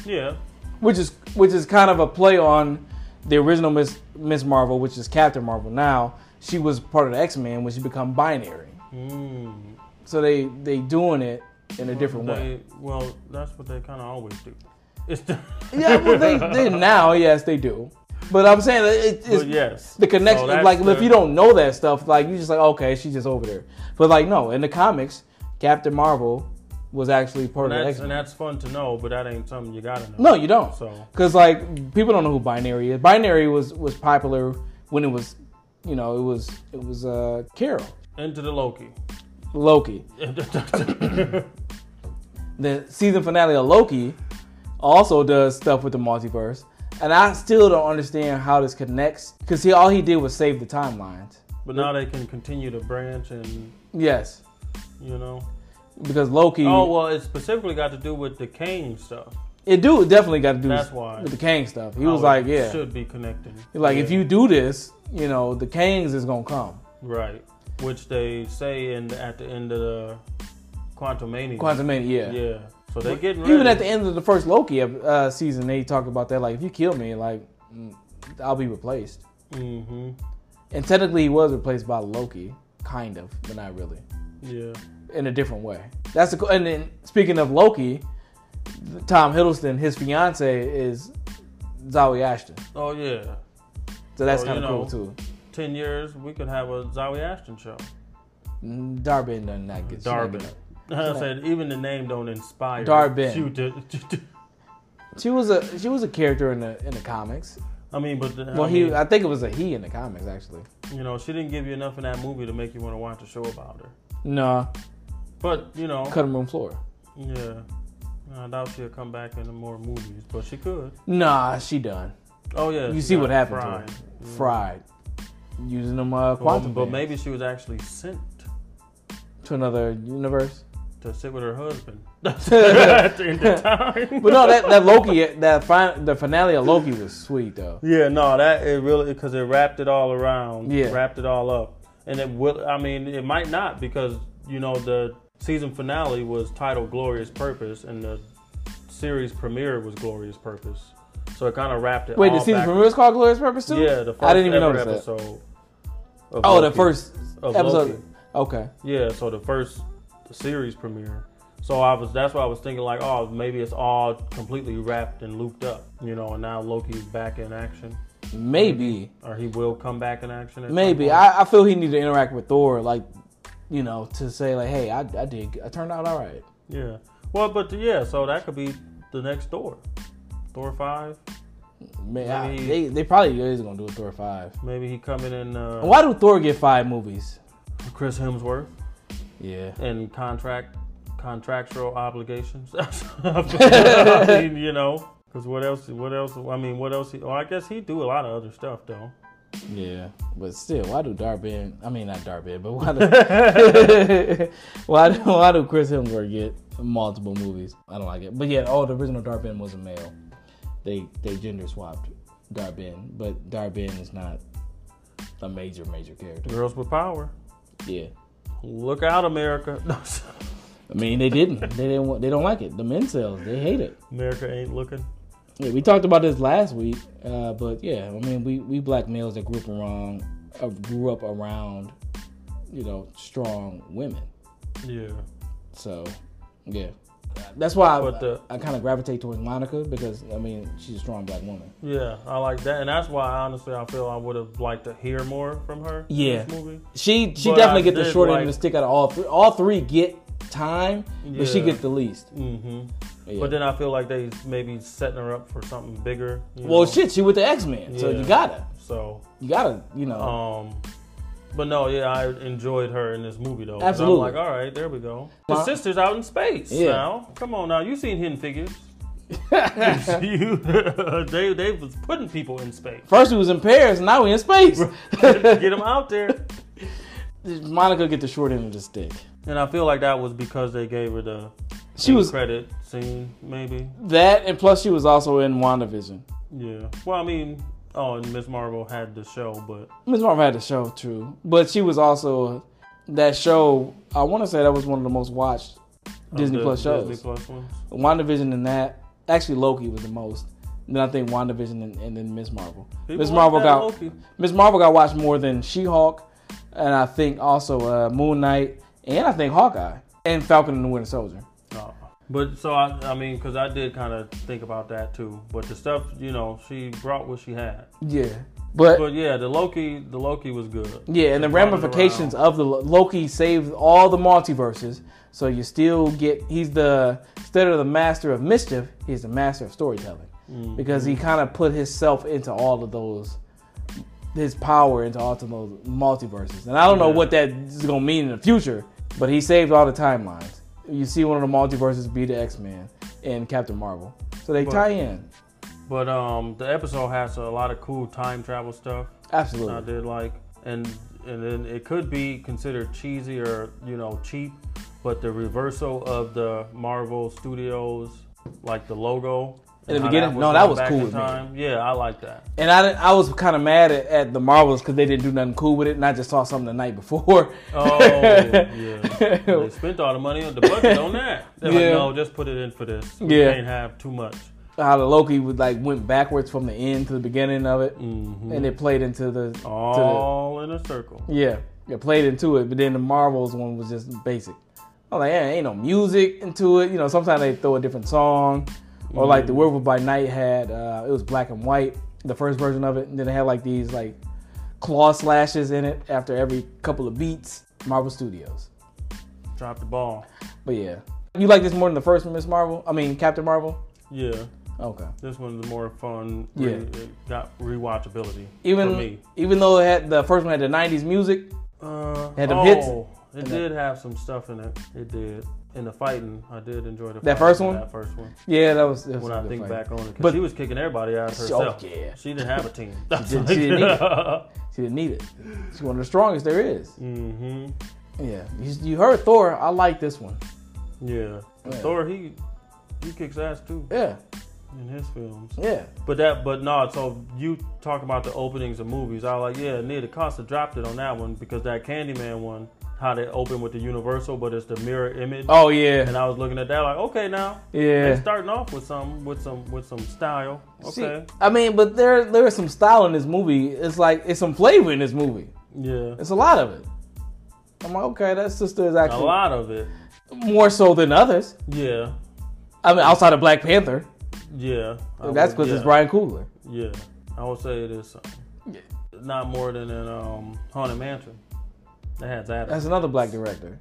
Yeah,
which is which is kind of a play on the original Miss Miss Marvel, which is Captain Marvel. Now she was part of the X Men when she become binary.
mm,
So they they doing it in a different way.
(laughs) they, well, that's what they kind of always do. (laughs) It's the, (laughs)
Yeah, well they, they now yes they do. But I'm saying that it, it's
but yes,
the connection
So that's
like if
the-
you don't know that stuff like you just like okay she's just over there but like no in the comics captain marvel was actually part
and
of the
that's, and
x-men
that's fun to know, but that ain't something you gotta know.
no you don't
So
because like people don't know who binary is binary was was popular when it was you know it was it was uh carol (laughs)
into the Loki.
loki The season finale of Loki also does stuff with the multiverse, and I still don't understand how this connects because he all he did was save the timelines.
But now they can continue to branch and
Yes,
you know.
because Loki.
Oh well, it specifically got to do with the Kane stuff.
It do it definitely got to do
That's why.
with the Kang stuff. He
How
was
it
like, yeah,
should be connecting.
like
Yeah.
if you do this, you know, the Kangs is gonna come.
right, which they say in the, at the end of the Quantum Mania.
Quantum Man, yeah.
yeah. So they getting ready.
Even at the end of the first Loki uh, season, they talked about that. Like, if you kill me, like, mm, I'll be replaced.
Mm-hmm.
And technically, he was replaced by Loki, kind of, but not really,
Yeah.
in a different way. That's the. co- And then speaking of Loki, Tom Hiddleston, his fiance is Zoe Ashton,
Oh yeah.
so that's
Oh,
kind of
you
cool
know.
too.
Ten years, we could have a Zoe Ashton show. (laughs)
Mm, Darbin doesn't that good.
Darbin. I said even the name don't inspire.
Darbin.
(laughs) You to-
She was a she was a character in the in the comics.
I mean, but the,
Well,
I
he
mean,
I think it was a he in the comics actually.
you know, she didn't give you enough in that movie to make you want to watch a show about her.
No,
But you know,
cutting room floor.
yeah, I doubt she'll come back in more movies, but she could.
Nah, she done
Oh yeah,
You
she
see
got
what happened to
fried.
her.
Yeah.
fried, using them uh,
Well,
quantum.
but
bands
maybe she was actually sent
to another universe.
to sit with
(laughs)
her husband. (laughs)
but
At the end of time.
no, that that Loki that fin- the finale of Loki was sweet though.
Yeah, no, that it really because it wrapped it all around.
Yeah.
wrapped it all up, and it will. I mean, it might not because you know the season finale was titled "Glorious Purpose" and the series premiere was "Glorious Purpose," so it kind of wrapped it.
Wait,
all
the season
back-
premiere was called Glorious Purpose too.
Yeah, the first
I didn't even
ever
notice that.
episode. of
Oh, the
Loki-
first
of
episode.
Loki.
Okay,
Yeah, so the first series premiere. So I was that's why I was thinking like, oh, maybe it's all completely wrapped and looped up, you know, and now Loki's back in action.
maybe,
Or he will come back in action. at some
maybe.
point.
I, I feel he needed to interact with Thor, like you know, to say like, hey, I, I did, I turned out all right.
Yeah. Well, but yeah, so that could be the next door. Thor five.
Man, I-
Maybe-
they they probably is gonna do a Thor five.
Maybe he coming in uh,
Why do Thor get five movies?
Chris Hemsworth
Yeah.
and contract contractual obligations. (laughs) I mean, you know, because what else? What else? I mean, what else? He, well, I guess he do a lot of other stuff though.
Yeah, but still, why do Darbin? I mean, not Darbin, but why do why do why do Chris Hemsworth get multiple movies? I don't like it. But yeah, oh, the original Darbin was a male. They they gender swapped Darbin, but Darbin is not a major major character.
Girls with power.
Yeah,
Look out, America. (laughs) No,
I mean they didn't they didn't want, they don't like it. The men cells they hate it.
America ain't looking.
Yeah, we talked about this last week, uh, but yeah, I mean, we, we black males that grew up around, uh, grew up around, you know, strong women.
Yeah.
So, yeah, that's why I,
But the-
I kind of gravitate towards Monica because I mean, she's a strong black woman.
Yeah, I like that, and that's why honestly I feel I would have liked to hear more from her. in
Yeah.
this movie.
She she
But
definitely
I
get the
did
short end
like-
of the stick out of all three. All three get time, but she
Yeah.
gets the least.
hmm
Yeah.
But then I feel like they maybe setting her up for something bigger. you
well,
know?
shit, she with the X Men, so
Yeah.
you gotta,
So,
you gotta, you know.
um, but no, yeah, I enjoyed her in this movie though. And
Absolutely.
I'm like, all right, there we go.
Huh?
The sister's out in space
Yeah.
now. Come on now, you seen
(laughs)
Hidden Figures? (laughs) you, (laughs) they they was putting people in space. (laughs)
First we was in Paris, now we in space. (laughs)
Get them out there.
Monica get the short end of the stick.
And I feel like that was because they gave her the
She was
credit scene, maybe.
That and plus she was also in WandaVision.
Yeah. Well, I mean, oh, and Miss Marvel had the show, but
Ms. Marvel had the show too, but she was also that show. I want to say that was one of the most watched
of
Disney
the
Plus shows.
Disney Plus ones.
WandaVision and that actually Loki was the most. Then I think WandaVision and, and then Ms. Marvel.
People
Ms.
like
Marvel
that
got
Loki.
Ms. Marvel got watched more than She-Hulk, and I think also uh, Moon Knight, and I think Hawkeye and Falcon and the Winter Soldier.
Oh. But so I, I mean, because I did kind of think about that too. But the stuff, you know, she brought what she had.
Yeah, but,
But yeah, the Loki, the Loki was good.
Yeah, and the
They brought it
ramifications
around.
of the Loki saves all the multiverses. So you still get he's the instead of the master of mischief, he's the master of storytelling
Mm.
because he kind of put himself into all of those his power into all of those multiverses. And I don't know
Yeah.
what that is going to mean in the future, but he saved all the timelines. you see one of the multiverses be the X Men and Captain Marvel. So they
But-
tie in.
But um, the episode has a lot of cool time travel stuff. I
Absolutely.
did like, and and then it could be considered cheesy or you know cheap, but the reversal of the Marvel Studios like the logo
In the
and how
beginning? No,
done
that was
back
cool
in
with me.
Time. Yeah, I like that.
And I, didn't- I was kind of mad at, at the Marvels because they didn't do nothing cool with it, and I just saw something the night before. (laughs)
Oh yeah, they spent all the money on the budget on that. They're
Yeah.
like, no, just put it in for this. We
Yeah.
can't have too much.
How the Loki would like went backwards from the end to the beginning of it,
Mhm.
and it played into the
Oh. All in a circle.
Yeah, it played into it, but then the Marvels one was just basic. I'm like, yeah, ain't no music into it. You know, sometimes they throw a different song, or like the Werewolf by Night had uh, it was black and white, the first version of it, and then it had like these like claw slashes in it after every couple of beats. Marvel Studios,
Drop the ball.
but yeah, you like this more than the first Miss Marvel? I mean Captain Marvel.
Yeah.
Okay.
This one's the more fun.
Yeah.
Re- it got rewatchability. for
Even
me.
even though it had the first one had the '90s music,
Uh,
Had them
oh,
hits?
It did have some stuff in it. It did. In the fighting, I did enjoy the
That
fighting
first
in
one?
That first one.
yeah, that was. That was
When
a
I
good
think
fight.
back on it, 'cause
But-
she was kicking everybody
Oh,
out herself.
yeah.
She didn't have a team.
didn't- she didn't She didn't need it. She's one of the strongest there is.
(laughs) mm-hmm.
Yeah, you, you heard Thor. I like this one.
Yeah. And
Yeah.
Thor, he he kicks ass too
Yeah,
in his films.
yeah,
But that, but no. So you talk about the openings of movies. I was like, yeah, Nia DaCosta dropped it on that one because that Candyman one, how they open with the Universal, but it's the mirror image.
oh yeah,
And I was looking at that like, okay, now they're
yeah.
starting off with some, with some, with some style.
See,
Okay,
I mean, but there there is some style in this movie. It's like it's some flavor in this movie.
yeah,
It's a lot of it. I'm like, okay, that sister is
a
actually
lot of it.
more so than others.
Yeah,
I mean, outside of Black Panther,
yeah. I
that's
would-
because it's
yeah.
Brian Coogler.
Yeah, I would say it is. something.
Yeah.
Not more than in um, Haunted Mansion. They had that,
That's another black director.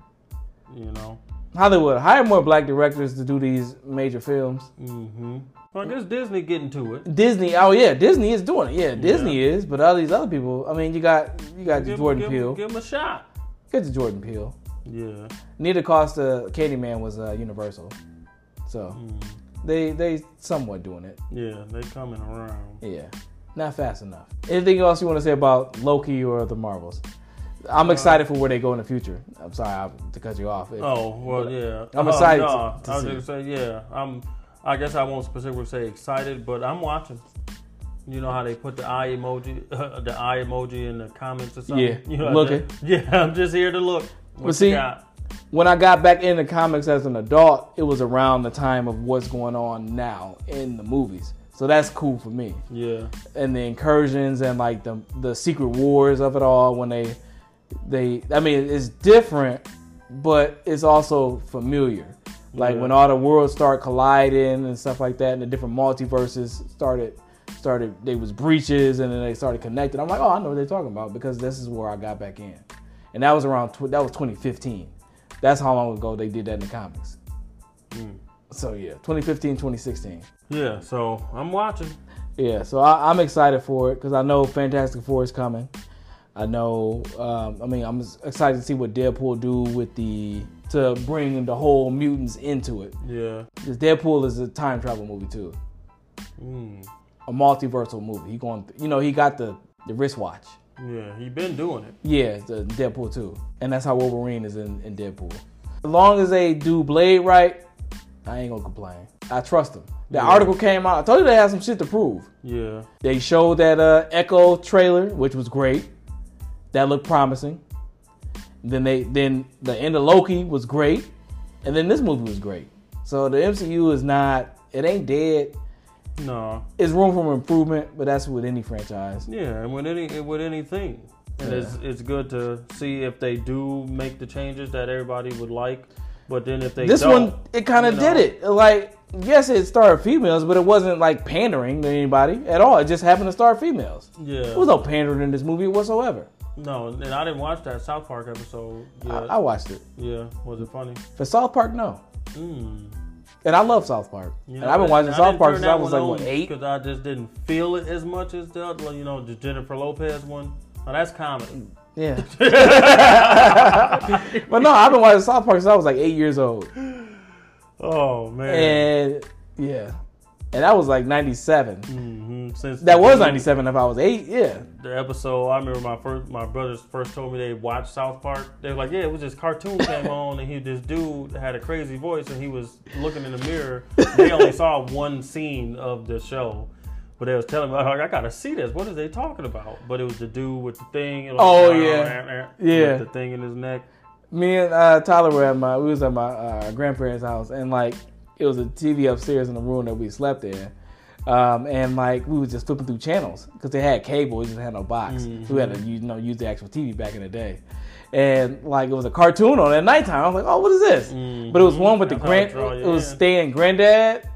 you know.
Hollywood hire more black directors to do these major films.
Mm-hmm. I guess Disney getting to it.
Disney, oh yeah, Disney is doing it. Yeah, Disney is, but all these other people. I mean, you got you got
Give-
Jordan
give,
Peele.
Give him a shot.
Get to Jordan Peele.
Yeah.
Nita Costa, Candyman was uh, Universal, so
Mm.
they they somewhat doing it.
Yeah, they coming around.
Yeah, not fast enough. Anything else you want to say about Loki or the Marvels? I'm excited for where they go in the future. I'm sorry I, to cut you off. If-
Uh, Oh well, yeah.
I'm
Oh,
excited
nah,
to- to
I was
see
just gonna say yeah. I'm. I guess I won't specifically say excited, but I'm watching. You know how they put the eye emoji, (laughs) the eye emoji in the comments or something.
Yeah,
you know,
looking.
I just- (laughs) yeah, I'm just here to look. What
Well,
you
see-
got?
When I got back into comics as an adult, it was around the time of what's going on now in the movies. So that's cool for me.
yeah,
and the incursions and like the the secret wars of it all when they they I mean it's different but it's also familiar. Like
Yeah.
when all the worlds start colliding and stuff like that and the different multiverses started started they was breaches and then they started connected. I'm like, "Oh, I know what they're talking about because this is where I got back in." And that was around tw- that was 2015. That's how long ago they did that in the comics.
Mm.
So yeah, 2015, 2016.
yeah. So I'm watching.
Yeah, so I, I'm excited for it because I know Fantastic Four is coming. I know. Um, I mean, I'm s- excited to see what Deadpool do with the to bring the whole mutants into it.
Yeah.
'Cause Deadpool is a time travel movie too,
Mm.
a multiversal movie. He going, you know, he got the the wristwatch.
Yeah. He been doing it.
Yeah, the Deadpool too, and that's how Wolverine is in, in Deadpool. As long as they do Blade right, I ain't gonna complain. I trust them. The
Yeah.
article came out. I told you they had some shit to prove.
Yeah.
They showed that uh, Echo trailer, which was great. That looked promising. Then they then the end of Loki was great, and then this movie was great. So the MCU is not it ain't dead.
No.
It's room for improvement, but that's with any franchise.
Yeah, and with any with anything, and it's it's good to see if they do make the changes that everybody would like. But then if they
this
don't,
one it kind of
you
did
know.
it. Like yes, it starred females, but it wasn't like pandering to anybody at all. It just happened to star females.
yeah,
There was no pandering in this movie whatsoever.
no, and I didn't watch that South Park episode. Yeah,
I, I watched it
yeah, was it funny?
for South Park. No,
Mm.
and I love South Park.
You
and
know,
I've been watching
I
South
didn't
Park
turn
since I
that
was
one
like what
on (laughs)
eight.
because I
Mm.
just didn't feel it as much as the other, one, you know the Jennifer Lopez one. Now that's comedy. (laughs)
Yeah. but no, I've been watching South Park since I was like eight years old.
Oh man.
And yeah. And that was like 97.
Mhm. Since
That was 97 if I was eight. Yeah.
The episode I remember my first my brothers first told me they watched South Park. They were like, yeah, it was this
(laughs)
cartoon came on and he this dude had a crazy voice and he was looking in the mirror. They only saw one scene of the show. But they was telling me, like, I gotta see this. What are they talking about? But it was the dude with the thing. and like,
Oh, yeah.
with
Yeah.
the thing in his neck.
Me and uh, Tyler were at my, we was at my uh, grandparents' house and like it was a TV upstairs in the room that we slept in. Um, and like we was just flipping through channels because they had cable, we just had no box. So we had to you know use the actual TV back in the day. And like it was a cartoon on at nighttime. I was like, oh, what is this? But it was one with the
Mm-hmm. That's how
grand.
it draw you
It was
in.
staying granddad.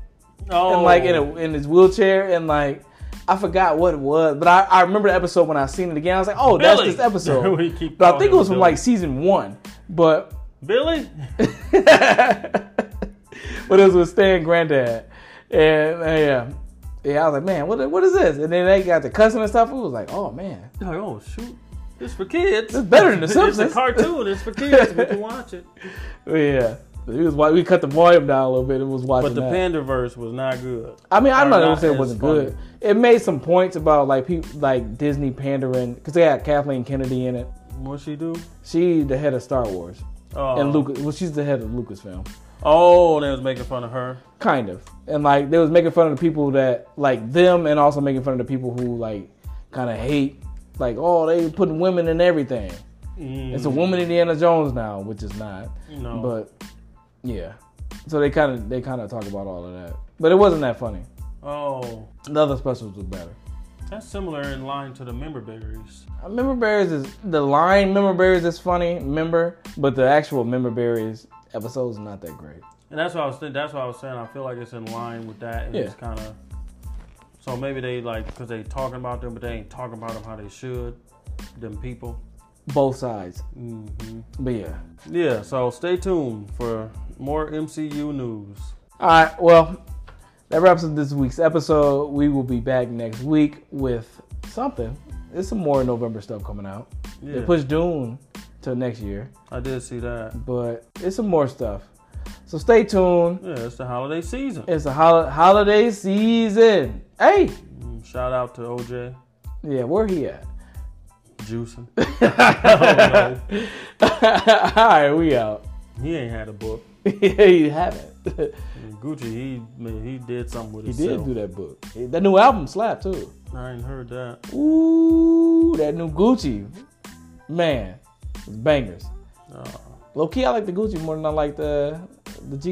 Oh,
and like in, a, in his wheelchair and like I forgot what it was, but I, I remember the episode when I seen it again. I was like, oh, that's
Billy.
this
(laughs)
episode.
We keep
but I
calling
think
him
it was from
Billy.
like season one, but (laughs)
Billy. (laughs)
but it was with Stan Granddad, and uh, yeah, yeah, I was like, man, what what is this? And then they got the cussing and stuff. It was like, oh man,
Like, oh shoot, it's for kids.
It's better than The
(laughs) It's
Simpsons.
a cartoon. It's for kids. We can watch it.
(laughs) But yeah. We was wa- we cut the volume down a little bit. It was watching
But the
that.
Pandaverse was not good.
I mean, I'm
are
not gonna
not
say it
as
wasn't
funny.
good. It made some points about like people like Disney pandering because they had Kathleen Kennedy in it.
What she do?
She the head of Star Wars
Oh,
and Lucas. Well, she's the head of Lucasfilm,
Oh, they was making fun of her.
kind of. And like they was making fun of the people that like them, and also making fun of the people who like kind of hate like oh they putting women in everything.
Mm, Oh.
It's a woman Indiana Jones now, which is not.
no.
But yeah, so they kind of they kind of talk about all of that, but it wasn't that funny.
oh,
The other specials were better. Uh,
that's similar in line to the member berries.
Member berries is the line. Member berries is funny. Member, but the actual member berries episode is not that great.
And that's what I was. Th- that's what I was saying. I feel like it's in line with that. And It's kind of. So maybe they like because they talking about them, but they ain't talking about them how they should. Them people.
Both sides,
hmm
but yeah.
Yeah. So stay tuned for more MCU news.
All right. Well, that wraps up this week's episode. We will be back next week with something. There's some more November stuff coming out. They
Yeah,
pushed Dune till next year,
I did see that.
but it's some more stuff. So stay tuned.
Yeah, it's the holiday season.
It's a hol- holiday season. Hey,
Mm, Shout out to OJ
yeah, where he at? (laughs)
Juicing. Oh, I don't know.
All right, we out. (laughs)
He ain't had a book.
yeah, you haven't.
And Gucci, he man, he did something with
(laughs) He did
himself.
do that book. That new album slapped too.
I ain't heard that.
Ooh, that new Gucci. Man, it's bangers.
Oh. Uh,
Low key, I like the Gucci more than I like the the G